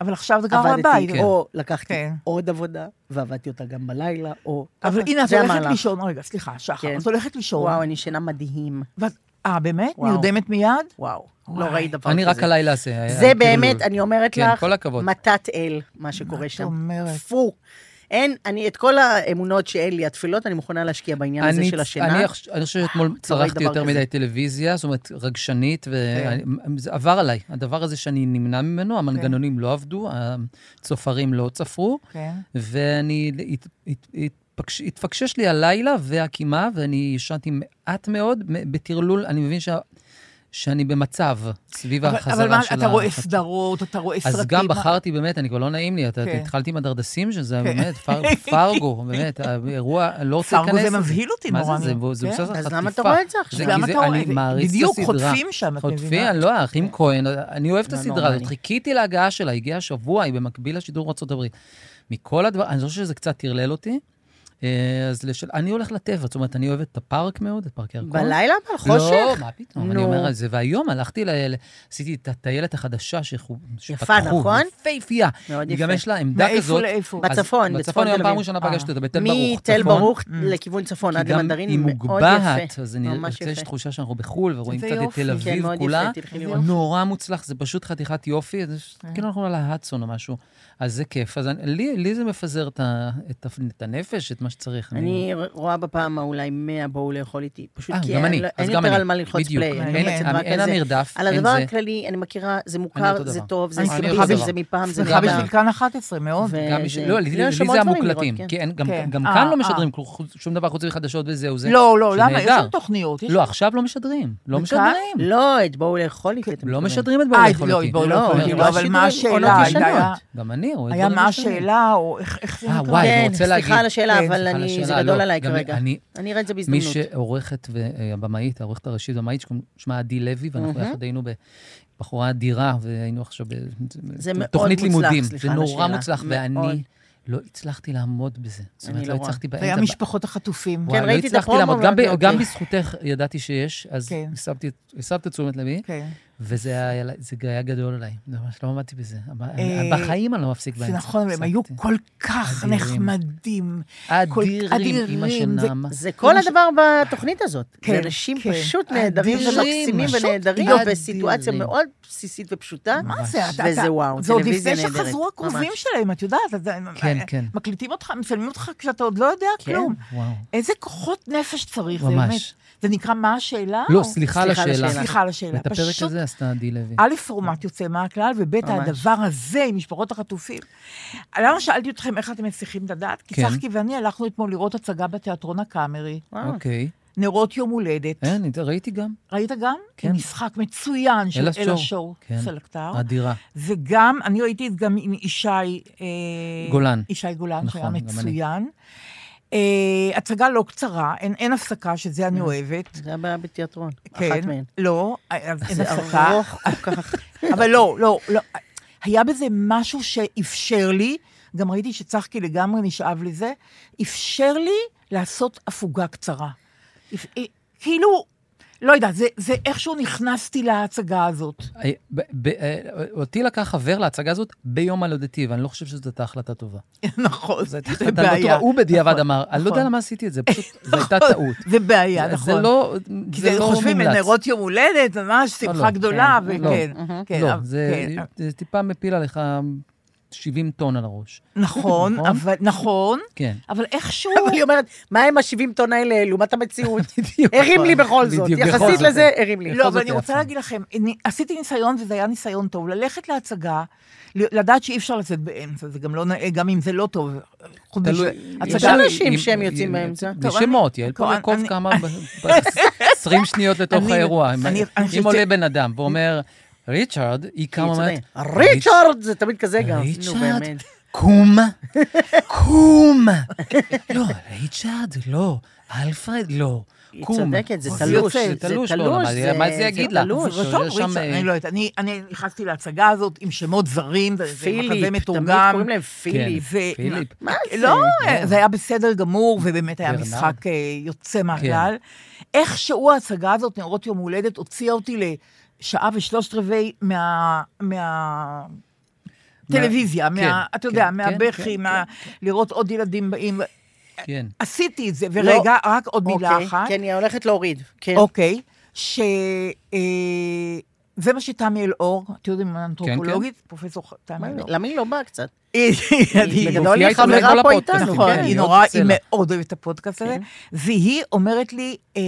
אבל עכשיו זה גם
עבדתי,
בבית.
כן.
או לקחתי
כן.
עוד עבודה, ועבדתי אותה גם בלילה, או...
אבל
ככה.
הנה, את
זה
הולכת
המהלך.
לישון, רגע, סליחה, שחר,
כן.
את הולכת לישון.
וואו, אני ישנה מדהים.
ואת- אה, באמת?
וואו.
נרדמת מיד?
וואו, לא
וואי.
ראית דבר
אני
כזה.
רק הלילה אעשה. היה-
זה
כאילו-
באמת, אני אומרת
כן,
לך,
כל הכבוד.
מתת אל, מה שקורה
את
שם.
אומרת?
טפו. אין, אני, את כל האמונות שאין לי, התפילות, אני מוכנה להשקיע בעניין הזה
אני-
של השינה. אה, לא
אני חוש- אני חושב שאתמול צרכתי
דבר
יותר
כזה. כן.
מדי טלוויזיה, זאת אומרת, רגשנית, ועבר עליי. הדבר הזה שאני נמנע ממנו,
כן.
המנגנונים לא עבדו, הצופרים לא צפרו,
כן.
ואני הת- הת- התפקש- התפקשש לי הלילה והקימה, ואני ישנתי מעט מאוד, מ- בטרלול, אני מבין שה- שאני במצב סביב
אבל-
החזרה של
אבל מה, אתה רואה
החתונה.
סדרות, אתה רואה סרטים.
אז גם
מה-
בחרתי באמת, אני כבר לא נעים לי, אתה
כן.
התחלתי עם הדרדסים, שזה
כן.
באמת, פר- פרגו, באמת, האירוע, לא רוצה
פרגו
להיכנס.
זה
לזה.
מבהיל אותי
מה
נורא, אני-
זה, זה- זה
כן.
מבוסס על
אז
חטיפה.
למה אתה רואה את זה עכשיו?
זה-
אז
כי
למה
זה-
אתה רואה
אני
את זה?
מעריץ את
בדיוק,
הסדרה.
חוטפים שם, את
חוטפים,
מבינה? כן.
אני לא האחים כהן, אני אוהב את
לא
הסדרה
נורמלי.
הזאת, חיכיתי להגעה שלה, הגיעה השבוע, היא במקביל לשידור ארצות הברית. מכל הדבר, אני חושב שזה קצת טרלל אותי. אה, אז לשל... אני הולך לטבע, זאת אומרת, אני אוהב את הפארק מאוד, את פארק ירקון.
בלילה?
נכון? לא,
בחושך?
מה פתאום, אני
נו.
אומר על זה. והיום הלכתי, ל... ל- עשיתי את הטיילת החדשה שחו- שפתחו.
נכון?
יפהפייה.
מאוד
היא גם
יפה.
יש לה עמדה
מאיפה
כזאת.
לאיפה?
אז
בצפון, בצפון
בצפון היום
תל
פעם
אביב.
ראשונה
אה.
פגשתי אותה, בתל ברוך,
מתל
צפון.
ברוך
Mm.
לכיוון צפון,
כי
עד
גם
למנדרין,
היא
מאוד
מוגבהת,
יפה.
אז אני
ממש
רוצה, יש
יפה.
תחושה שאנחנו בחו"ל ורואים
איזה
קצת את תל
יופי.
כן,
אביב
מאוד
כולה.
יפה, תלכי
איזה
לראות.
יופי.
נורא מוצלח, זה פשוט חתיכת יופי, זה ש-
אה.
כאילו אנחנו על ההדסון או משהו. אז זה כיף. אז אני- לי לי זה מפזר את ה- את ה- את הנפש, את מה שצריך.
אני רואה בפעם האולי 100 בואו לאכול איתי. פשוט
אה,
כי
גם
אין-
אני,
לא-
אז
אין
גם
יותר
אני.
על מה ללחוץ
בדיוק.
פליי. אני
אין-
מוצאת רק
אין
על זה.
המרדף,
על
אין
הדבר
זה.
הכללי, אני מכירה, זה מוכר,
אותו
זה
דבר.
טוב, זה
אני
אותו
סרטיזם,
דבר.
זה מפעם, זה
שמחה
גם
בשביל
ה-
כאן 11, מאוד.
ו-
גם בשביל,
זה-
לא,
יש
לי
שם
לי
עוד
זה
דברים
המוקלטים.
לראות,
כי
כן.
אין- גם-
כן.
גם
אה,
כאן לא
אה.
משדרים כל- חוץ- שום דבר חוץ מחדשות וזהו, זה
לא, לא, למה? יש
שנהדר.
שם תוכניות. יש
לא,
שם-
עכשיו לא משדרים. לא
וכאן?
משדרים.
לא, את בואו לאכול איתי. אתה
לא
מתכוון.
משדרים את
אה,
בעלי
לא,
חולתי.
בואו
לא,
לא,
אני
יכולים,
רואה
אבל מה
שידורים,
השאלה?
עונות
הייתה- היה-
ישנות.
גם אני לא רואה
היה
דברים
מה
משדרים.
השאלה, או איך איך זה
אה,
נקרא?
וואי, אני
כן,
רוצה להגיד.
סליחה על השאלה,
כן,
אבל
סליחה על
אני- זה
השאלה,
גדול
לא,
עליי
גם
כרגע.
אני-
אני אראה את זה
מי
בהזדמנות.
שעורכת, והבמאית, העורכת הראשית והבמאית, שקוראים- שמה עדי לוי, ואנחנו
מהמם.
יחד היינו בחורה אדירה, והיינו עכשיו
זה מאוד
בתוכנית
מוצלח,
לימודים.
סליחה
זה
על
נורא
השאלה.
מוצלח,
מאוד.
ואני לא הצלחתי לעמוד בזה. זאת
אני
אומרת,
לא
לא
רואה.
הצלחתי באמצע.
והיה משפחות החטופים.
וואי,
כן,
לא
ראיתי את
הצלחתי
הפרומו,
לעמוד. גם ב-
ואמרתי,
גם
אוקיי.
בזכותך ידעתי שיש, אז
כן.
הסבתי- הסבת את תשומת לבי,
כן.
וזה היה- זה היה גדול עליי. ממש לא עמדתי בזה.
אה,
בחיים אני לא מפסיק
זה
באמצע.
נכון, אבל הם היו
הפסקתי.
כל כך
אדירים.
נחמדים. כל-
אדירים, אימא של
זה-
נעמה.
זה כל הדבר בתוכנית הזאת.
כן,
זה אנשים
כן.
פשוט נהדרים
אדירים,
ומקסימים
פשוט
ונהדרים,
אדירים.
בסיטואציה מאוד בסיסית ופשוטה.
מה זה? אתה-
וזה
אתה-
וואו,
זה עוד
טלוויזיה
לפני
נהדרת,
שחזרו הקרובים
ממש.
שלהם, את יודעת. אז-
כן, כן.
מקליטים אותך, מצלמים אותך כשאתה עוד לא יודע
כן.
כלום.
וואו.
איזה כוחות נפש צריך,
ממש.
באמת. זה נקרא מה השאלה?
לא,
או-
סליחה על
סליחה על
השאלה.
השאלה.
סליחה על השאלה.
ואת הפרק
פשוט
הזה עשתה עדי לוי.
א', פורמט יוצא מהכלל, וב',
ממש.
הדבר הזה עם משפחות החטופים. למה שאלתי אתכם איך אתם מצליחים את הדעת? כי
כן.
צחקי ואני הלכנו אתמול לראות הצגה בתיאטרון הקאמרי,
וואו.
אוקיי.
נרות יום הולדת.
אה, אני ראיתי גם.
ראית גם?
כן.
משחק מצוין של
אלה
אלה
שור.
שור
כן.
סלקטר.
אדירה.
וגם, אני ראיתי את גם עם ישי... אה,
גולן.
ישי גולן,
נכון,
שהיה
גם אני.
מצוין. אה, הצגה לא קצרה, אין, אין הפסקה, שזה אני
אוקיי.
אוהבת.
זה היה בתיאטרון, אחת
כן,
מהן.
לא, אז אין
זה
הפסקה.
ארוך כל כך.
אבל לא, לא, לא. היה בזה משהו שאפשר לי, גם ראיתי שצחקי לגמרי נשאב לזה, אפשר לי לעשות הפוגה קצרה. אפ- אה, כאילו, לא יודעת, זה, זה איכשהו נכנסתי להצגה הזאת.
אה, ב- ב- אה, אותי לקח חבר להצגה הזאת ביום הלודתי, ואני לא חושב שזו הייתה החלטה טובה.
נכון,
זו
זה
הייתה החלטה לא טובה. הוא
נכון.
בדיעבד אמר, אני לא יודע למה עשיתי את זה, פשוט זו הייתה טעות.
זה נכון. בעיה,
זה-
נכון.
זה לא
כי
זה
זה
לא
חושבים,
מומלץ.
נרות יום הולדת, ממש
לא,
שמחה גדולה,
כן,
וכן,
לא.
כן,
לא,
אבל-
זה
כן.
זה טיפה מפיל עליך 70 טון על הראש.
נכון,
נכון.
אבל, נכון,
כן.
אבל איכשהו...
אבל היא אומרת, מה עם ה-70 טון האלה לעומת המציאות?
נכון.
בדיוק.
הרים לי בכל זאת.
בדיוק, בכל
יחסית
זאת.
לזה, הרים לי.
בכל
לא, אבל
זאת
אני
היה
רוצה
אסון.
להגיד לכם, אני- עשיתי ניסיון, וזה היה ניסיון טוב, ללכת להצגה, ל- לדעת שאי אפשר לצאת באמצע, זה גם לא נאה, גם אם זה לא טוב. חוץ מזה,
תלוי-
יש
הצגה-
אנשים
אם-
שהם
אם-
יוצאים באמצע.
טוב, שמות,
אני-
יעל
טוב,
פוליקוב
אני-
כמה, ב-20 שניות לתוך
אני-
האירוע. אם-
אני- אני חושבת
אם
ש-
עולה בן אדם ואומר, ריצ'רד, היא
כי
קמה ואומרת,
צודק. ריצ'רד! זה תמיד כזה גם. נו,
ריצ'רד,
באמת.
קום, קום. לא, ריצ'רד, לא. אלפרד, לא.
היא
קום.
צודקת, זה
אוי,
תלוש,
יוצא,
זה
תלוש,
תלוש,
לא, מה
זה-
זה- מה זה
זה
יגיד לה?
תלוש.
שיש
רצון,
שם,
רצון,
אה,
אני לא יודעת. אני- אני נכנסתי להצגה הזאת עם שמות זרים, זה זה מחזה
פיליפ, תמיד
מתורגם.
קוראים להם
כן,
פיליפ.
ו-
פיליפ.
מה זה?
לא, זה היה בסדר גמור, ובאמת היה
ברנרד.
משחק אה, יוצא מהכלל. איכשהו ההצגה הזאת, נאורות יום הולדת, הוציאה אותי לשעה ושלושת רבעי מה... מה... טלוויזיה,
מה-
מה,
כן,
אתה יודע,
כן,
מהבכי,
כן,
מה... לראות עוד ילדים באים.
כן.
עשיתי את זה, ורגע,
לא.
רק עוד מילה
אוקיי,
אחת.
כן, היא הולכת להוריד. כן.
אוקיי, ש... אה, זה מה שתמי אלאור, את יודעת, עם האנתרופולוגית, פרופסור תמי
מה,
אלאור.
למה היא לא באה קצת?
היא-
היא
היא-
בגדול
מופיעה
היא
איתנו בכל
חברה פה
הפודקאסטים,
איתנו.
נכון,
כן,
היא
היא
נורא,
עוד
היא
סלע.
מאוד אוהבת את הפודקאסט הזה, והיא אומרת לי, אה,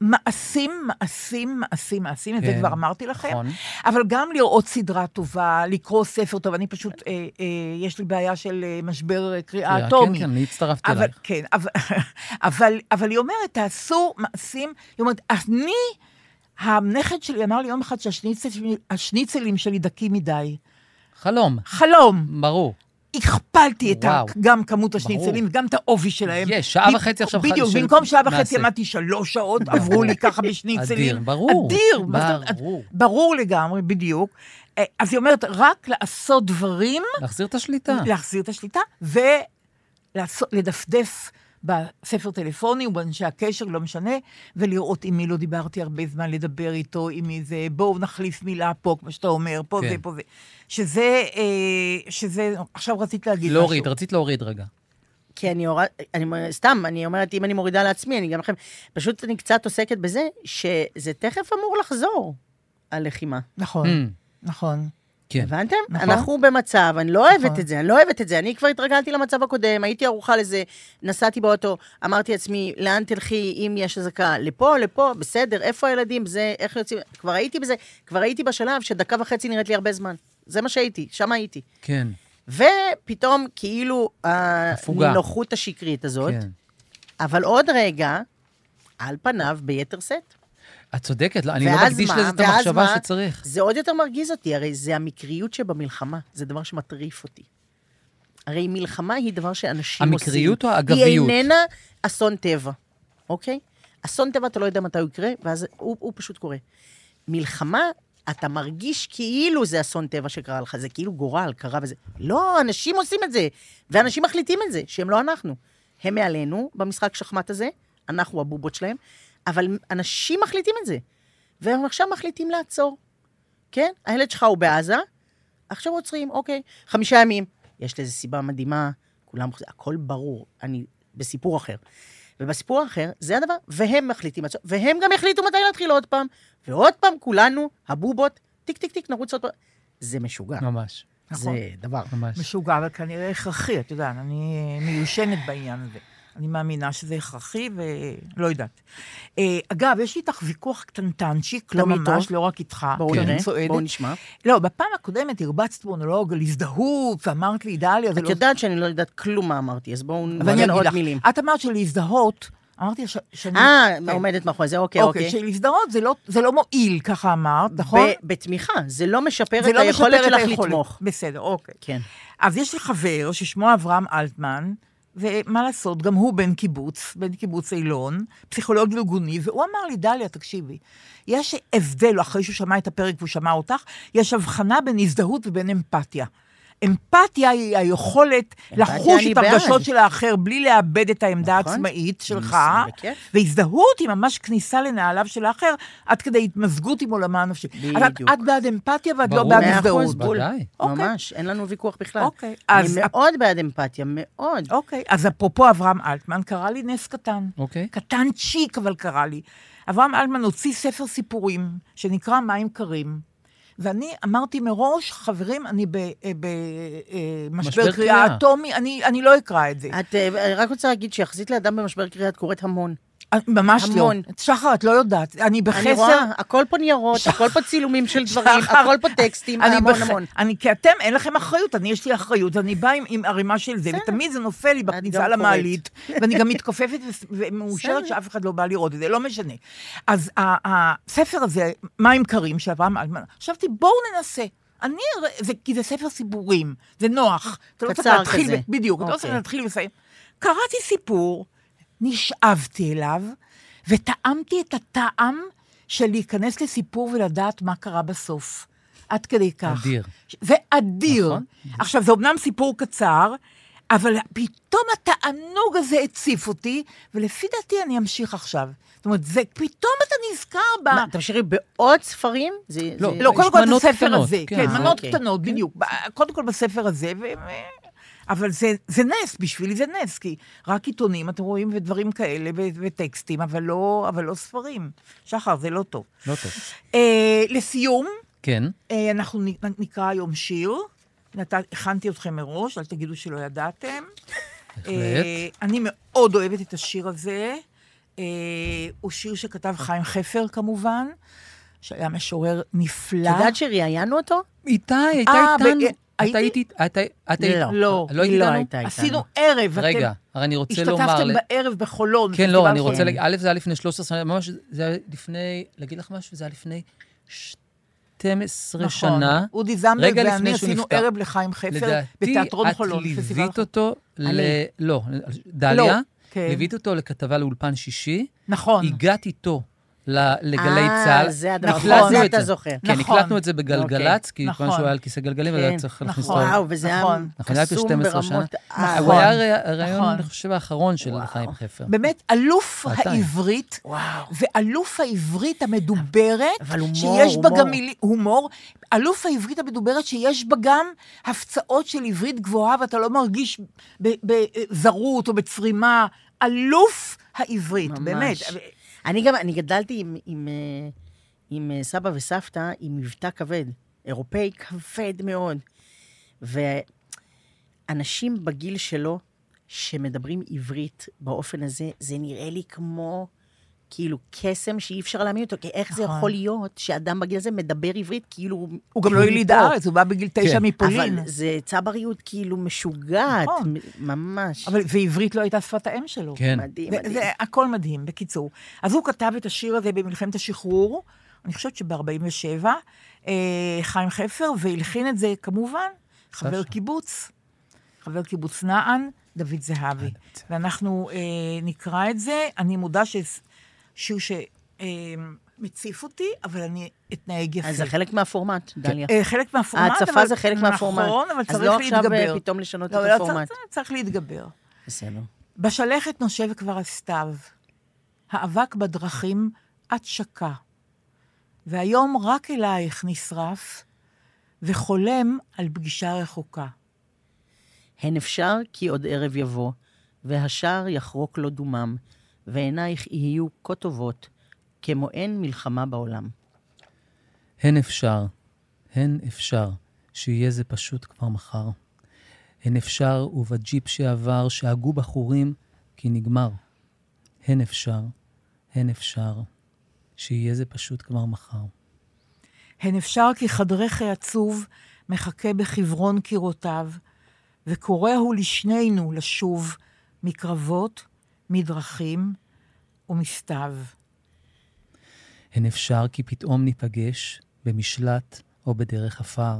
מעשים, מעשים, מעשים, מעשים, את זה
כן,
כבר אמרתי לכם,
נכון.
אבל גם לראות סדרה טובה, לקרוא ספר טוב, אני פשוט, אה, אה, יש לי בעיה של אה, משבר אה, קריאה
כן,
אטומי.
כן, אני הצטרפתי
אבל,
אלייך.
כן, אבל, אבל, אבל היא אומרת, תעשו מעשים, היא אומרת, אני, הנכד שלי אמר לי יום אחד שהשניצלים שלי דקים מדי.
חלום,
חלום.
ברור.
הכפלתי את ה,
וואו.
גם כמות
ברור.
השניצלים, גם את העובי שלהם.
יש, שעה
במ-
וחצי עכשיו
בדיוק,
חדש-
במקום שעה וחצי
מעשה.
עמדתי שלוש שעות, עברו לי ככה בשניצלים.
אדיר, ברור.
אדיר. מה זאת אומרת?
ברור.
ברור לגמרי, בדיוק. אה, אז היא אומרת, רק לעשות דברים,
להחזיר את השליטה.
להחזיר את השליטה, ולדפדף בספר טלפוני ובאנשי הקשר, לא משנה, ולראות עם מי לא דיברתי הרבה זמן, לדבר איתו, עם מי זה, בואו נחליף מילה פה, כמו שאתה אומר, פה
כן.
זה, פה זה. שזה, אה, שזה, עכשיו רצית להגיד משהו.
להוריד, רצית להוריד רגע.
כי אני הורד... אני... סתם, אני אומרת, אם אני מורידה לעצמי, אני גם לכם... פשוט אני קצת עוסקת בזה, שזה תכף אמור לחזור, הלחימה.
נכון,
Mm,
נכון.
כן.
הבנתם?
נכון.
אנחנו במצב, אני לא אוהבת
נכון.
את זה, אני לא אוהבת את זה. אני כבר התרגלתי למצב הקודם, הייתי ערוכה לזה, נסעתי באוטו, אמרתי לעצמי, לאן תלכי אם יש אזעקה? לפה, לפה, בסדר, איפה הילדים, זה, איך יוצאים? כבר הייתי בזה, כבר הייתי בשלב שדקה וחצי נראית לי הרבה זמן. זה מה שהייתי, שם הייתי.
כן,
ופתאום, כאילו,
הפוגה.
הנינוחות השקרית הזאת,
כן.
אבל עוד רגע, על פניו, ביתר סט.
את צודקת, לא, אני לא
ואז
מקדיש
מה?
לזה את
ואז
המחשבה
מה?
שצריך.
זה עוד יותר מרגיז אותי, הרי זה המקריות שבמלחמה, זה דבר שמטריף אותי. הרי מלחמה היא דבר שאנשים עושים.
המקריות או האגביות?
היא איננה אסון טבע, אוקיי? אסון טבע, אתה לא יודע מתי הוא יקרה, ואז הוא, הוא פשוט קורה. מלחמה, אתה מרגיש כאילו זה אסון טבע שקרה לך, זה כאילו גורל, קרה וזה. לא, אנשים עושים את זה, ואנשים מחליטים את זה, שהם לא אנחנו. הם מעלינו במשחק שחמט הזה, אנחנו הבובות שלהם, אבל אנשים מחליטים את זה. והם עכשיו מחליטים לעצור. כן? הילד שלך הוא בעזה, עכשיו עוצרים, אוקיי, חמישה ימים. יש לזה סיבה מדהימה, כולם, הכל ברור, אני בסיפור אחר. ובסיפור האחר, זה הדבר, והם מחליטים, לעצור, והם גם יחליטו מתי להתחיל עוד פעם, ועוד פעם כולנו, הבובות, טיק טיק טיק, נרוץ עוד פעם. זה משוגע,
ממש,
זה
נכון.
דבר.
ממש.
משוגע, אבל כנראה הכרחי, את יודעת, אני אה, מיושנת בעניין הזה. אני מאמינה שזה הכרחי, ולא יודעת. אה, אגב, יש לי איתך ויכוח קטנטנצ'יק, לא
גם איתו?
ממש, לא רק איתך,
בואו
כי אני
נראה,
צועדת.
בואו נשמע.
לא, בפעם הקודמת הרבצת מונולוג על הזדהות, ואמרת לי, דליה, זה
את
לא...
יודעת שאני לא יודעת כלום מה אמרתי, אז בואו
אבל אני
נראה
אגיד
עוד
לך,
מילים.
את אמרת שלהזדהות, אמרתי ש- שאני...
אה,
כן.
עומדת מאחורי זה, אוקיי,
אוקיי,
אוקיי.
שלהזדהות זה לא- זה לא מועיל, ככה אמרת, נכון?
ב- בתמיכה, זה לא משפר
זה
את
לא
היכולת
משפר את
שלך
היכולת.
לתמוך.
בסדר, אוקיי.
כן.
אז יש לי חבר ששמו אברהם אלטמן, ומה לעשות, גם הוא בן קיבוץ, בן קיבוץ אילון, פסיכולוג ארגוני, והוא אמר לי, דליה, תקשיבי, יש הבדל, אחרי שהוא שמע את הפרק והוא שמע אותך, יש הבחנה בין הזדהות ובין אמפתיה. אמפתיה היא היכולת
אמפתיה
לחוש
אני
את הרגשות
בעד.
של האחר בלי לאבד את העמדה
נכון.
העצמאית שלך,
בכיף.
והזדהות היא ממש כניסה לנעליו של האחר, עד כדי התמזגות עם עולמה הנפשי. אז את-
בדיוק.
את בעד אמפתיה ואת לא
ברור.
בעד
מאה
אחוז,
הזדהות.
בול.
ודאי.
אוקיי.
ממש, אין לנו ויכוח בכלל.
אוקיי,
אני
אז-
מאוד בעד אמפתיה, מאוד.
אוקיי, אז אפרופו אברהם אלטמן, קרה לי נס קטן.
אוקיי.
קטנצ'יק, אבל קרה לי. אברהם אלטמן הוציא ספר סיפורים, שנקרא מים קרים. ואני אמרתי מראש, חברים, אני אה,
משבר
במשבר
קריאה.
אה, קריאה אטומי, אני אני לא אקרא את זה.
את, אה, אני רק רוצה להגיד שיחסית לאדם במשבר קריאה, את קוראת המון.
ממש לא.
המון.
שחר, את לא יודעת. אני בחסר...
אני רואה, הכל פה ניירות, הכל פה צילומים של דברים,
שחר,
הכל פה טקסטים,
אני
המון
בח-
המון.
אני, כי אתם, אין לכם אחריות, אני יש לי אחריות, אני באה עם, עם ערימה של זה, ותמיד זה נופל לי
גם
בכניסה
קוראת.
למעלית, ואני גם מתכופפת ו- ומאושרת
בסדר.
שאף אחד לא בא לראות את זה, לא משנה. אז ה- ה- הספר הזה, מים קרים, של אברהם אלטמן, חשבתי, בואו ננסה. אני, אראה- זה, כי זה ספר סיפורים, זה נוח. אתה לא צריך
קצר
להתחיל,
כזה.
ב- בדיוק, אתה לא צריך
אוקיי.
להתחיל ולסיים. קראתי סיפור, נשאבתי אליו, וטעמתי את הטעם של להיכנס לסיפור ולדעת מה קרה בסוף. עד כדי כך.
אדיר.
זה אדיר.
נכון.
נכון. עכשיו, זה אומנם סיפור קצר, אבל פתאום התענוג הזה הציף אותי, ולפי דעתי אני אמשיך עכשיו. זאת אומרת, זה, פתאום אתה נזכר ב...
מה, תמשיכי בעוד ספרים? זה-
לא,
זה-
לא,
יש
קודם כל
מנות
את הספר
קטנות,
הזה.
כן,
כן,
אה,
מנות
אוקיי.
קטנות, בדיוק. ב- קודם כל בספר הזה, ו... אבל זה, זה נס, בשבילי זה נס, כי רק עיתונים, אתם רואים, ודברים כאלה, ו- וטקסטים, אבל לא, אבל לא ספרים. שחר, זה לא טוב.
לא טוב.
אה, לסיום,
כן.
אה, אנחנו נ- נקרא היום שיר. נת... הכנתי אתכם מראש, אל תגידו שלא ידעתם.
בהחלט.
אה, אני מאוד אוהבת את השיר הזה. אה, הוא שיר שכתב חיים חפר, כמובן, שהיה משורר נפלא.
את יודעת שראיינו אותו?
איתי, הייתה
אה, ב-
איתנו.
אה,
את היית
הייתי?
איתי? את היית- את היית-
לא,
לא
היא
היית
לא
איתנו?
הייתה איתנו.
עשינו ערב.
רגע,
אתם
אבל אני רוצה לומר...
השתתפתם
ל-
בערב בחולון.
כן,
פסטיבל
לא, אני רוצה...
חולון.
להגיד- א', זה היה לפני 13 שנה, ממש, זה היה לפני... להגיד לך משהו? זה היה לפני 12
נכון.
שנה.
אודי זמבר
רגע לפני
ואני
שהוא
עשינו
נפטר.
ערב לחיים חפר
לדעתי,
בתיאטרון
את
חולון. פסטיבל
ליווית
חולון.
אותו ל...
אני.
לא, דליה.
כן.
ליווית אותו לכתבה לאולפן שישי.
נכון.
הגעת איתו ל- לגלי
אה,
צה"ל.
זה הדבר,
הקלטנו
זה
את
אתה זוכר.
כן,
נכון.
הקלטנו את זה בגלגלצ, כי כיוון
נכון.
שהוא היה על כיסא גלגלים, אז היה צריך להכניס אותו.
נכון.
וואו, וזה היה
נכון.
נכון, זה היה
קסום
12 שנה.
ברמות... אה,
הוא
נכון.
היה הרי- הרעיון,
נכון.
אני חושב, האחרון של
וואו.
חיים חפר.
באמת, אלוף
שעתיים.
העברית,
וואו.
ואלוף העברית המדוברת,
אבל הומור,
שיש בה
הומור.
גם מילי- הומור, אלוף העברית המדוברת שיש בה גם הפצעות של עברית גבוהה, ואתה לא מרגיש בזרות או בצרימה. אלוף העברית,
ממש.
באמת.
אני גם, אני גדלתי עם, עם, אה, עם אה, סבא וסבתא עם מבטא כבד, אירופאי כבד מאוד. ואנשים בגיל שלו שמדברים עברית באופן הזה, זה נראה לי כמו כאילו קסם שאי אפשר להאמין אותו, כי איך זה
נכון.
יכול להיות שאדם בגיל הזה מדבר עברית כאילו...
הוא גם לא
כאילו
יליד
מפה?
הארץ, הוא בא בגיל תשע
כן.
מפולין.
אבל זה צבריות כאילו משוגעת,
נכון.
מ- ממש.
אבל, ועברית לא הייתה שפת האם שלו.
כן.
מדהים,
זה,
מדהים.
זה הכל מדהים, בקיצור. אז הוא כתב את השיר הזה במלחמת השחרור, אני חושבת שב-47, אה, חיים חפר, והלחין את זה כמובן, חבר
סשה.
קיבוץ, חבר קיבוץ נען, דוד זהבי. ואנחנו אה, נקרא את זה, אני מודה שזה שיר שמציף אותי, אבל אני אתנהג יפה.
אז זה חלק מהפורמט, דליה.
אה, חלק מהפורמט,
ההצפה
אבל-
זה חלק מהפורמט.
נכון, אבל
אז
צריך
לא
להתגבר.
עכשיו, אה, פתאום לשנות
לא,
את
לא,
הפורמט.
צריך- צריך להתגבר.
בסדר.
בשלכת נושב כבר הסתיו, האבק בדרכים את שקע, והיום רק אלייך נשרף, וחולם על פגישה רחוקה.
הן אפשר כי עוד ערב יבוא, והשער יחרוק לו דומם, ועינייך יהיו כה טובות, כמו אין מלחמה בעולם.
הן אפשר, הן אפשר, שיהיה זה פשוט כבר מחר. הן אפשר, ובג'יפ שעבר, שהגו בחורים, כי נגמר. הן אפשר, הן אפשר, שיהיה זה פשוט כבר מחר.
הן אפשר כי חדרך העצוב מחכה בחברון קירותיו, וקורא הוא לשנינו לשוב מקרבות, מדרכים ומסתיו.
הן אפשר כי פתאום ניפגש במשלט או בדרך עפר.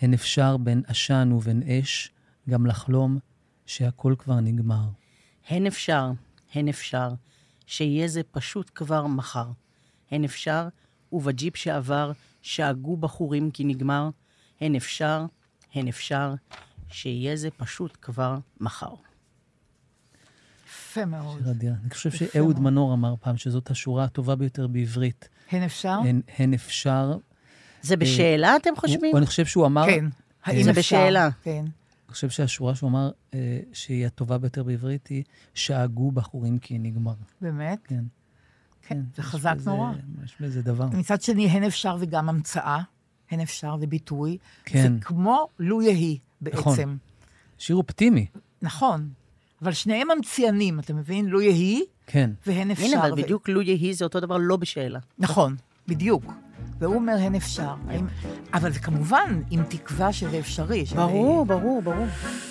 הן אפשר בין עשן ובין אש גם לחלום שהכל כבר נגמר.
הן אפשר, הן אפשר, שיהיה זה פשוט כבר מחר. הן אפשר, ובג'יפ שעבר, שאגו בחורים כי נגמר. הן אפשר, הן אפשר, שיהיה זה פשוט כבר מחר.
יפה מאוד.
שיר אדיר. אני חושב שאהוד מנור אמר פעם שזאת השורה הטובה ביותר בעברית.
הן אפשר?
הן, הן אפשר...
זה בשאלה, אתם חושבים?
הוא, אני חושב שהוא אמר...
כן. האם
זה
אפשר?
בשאלה.
כן.
אני חושב שהשורה שהוא אמר אה, שהיא הטובה ביותר בעברית היא שאגו בחורים כי נגמר.
באמת?
כן.
כן, זה
יש
חזק
בזה-
נורא.
יש בזה דבר.
מצד שני, הן אפשר וגם המצאה. הן אפשר וביטוי.
כן.
זה כמו לו יהי בעצם.
נכון.
נכון.
שיר אופטימי.
נכון. אבל שניהם ממציאנים, אתה מבין? לו יהי
כן.
והן אפשר.
הנה, אבל
ו-
בדיוק לו יהי זה אותו דבר לא בשאלה.
נכון, בדיוק. והוא אומר, הן אפשר. האם- אבל כמובן, עם תקווה שזה אפשרי. שזה-
ברור, ברור.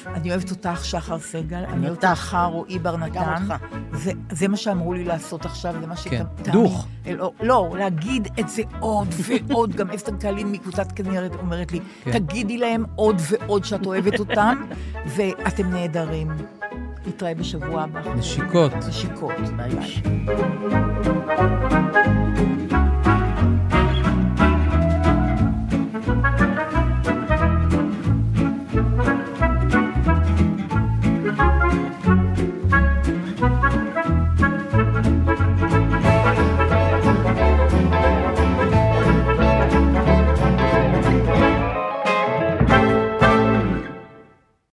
אני אוהבת אותך, שחר סגל, אני
אני
אוהבת
אותך.
אותך, רועי בר
גם
נתן.
אותך.
זה- זה מה שאמרו לי לעשות עכשיו, זה מה
כן.
שתמי...
דוך.
לא, להגיד את זה עוד ועוד. גם אסתר קלין מקבוצת כנרת אומרת לי,
כן.
תגידי להם עוד ועוד שאת אוהבת אותם, ואתם נהדרים. נתראה בשבוע הבא.
נשיקות.
נשיקות.
ביי.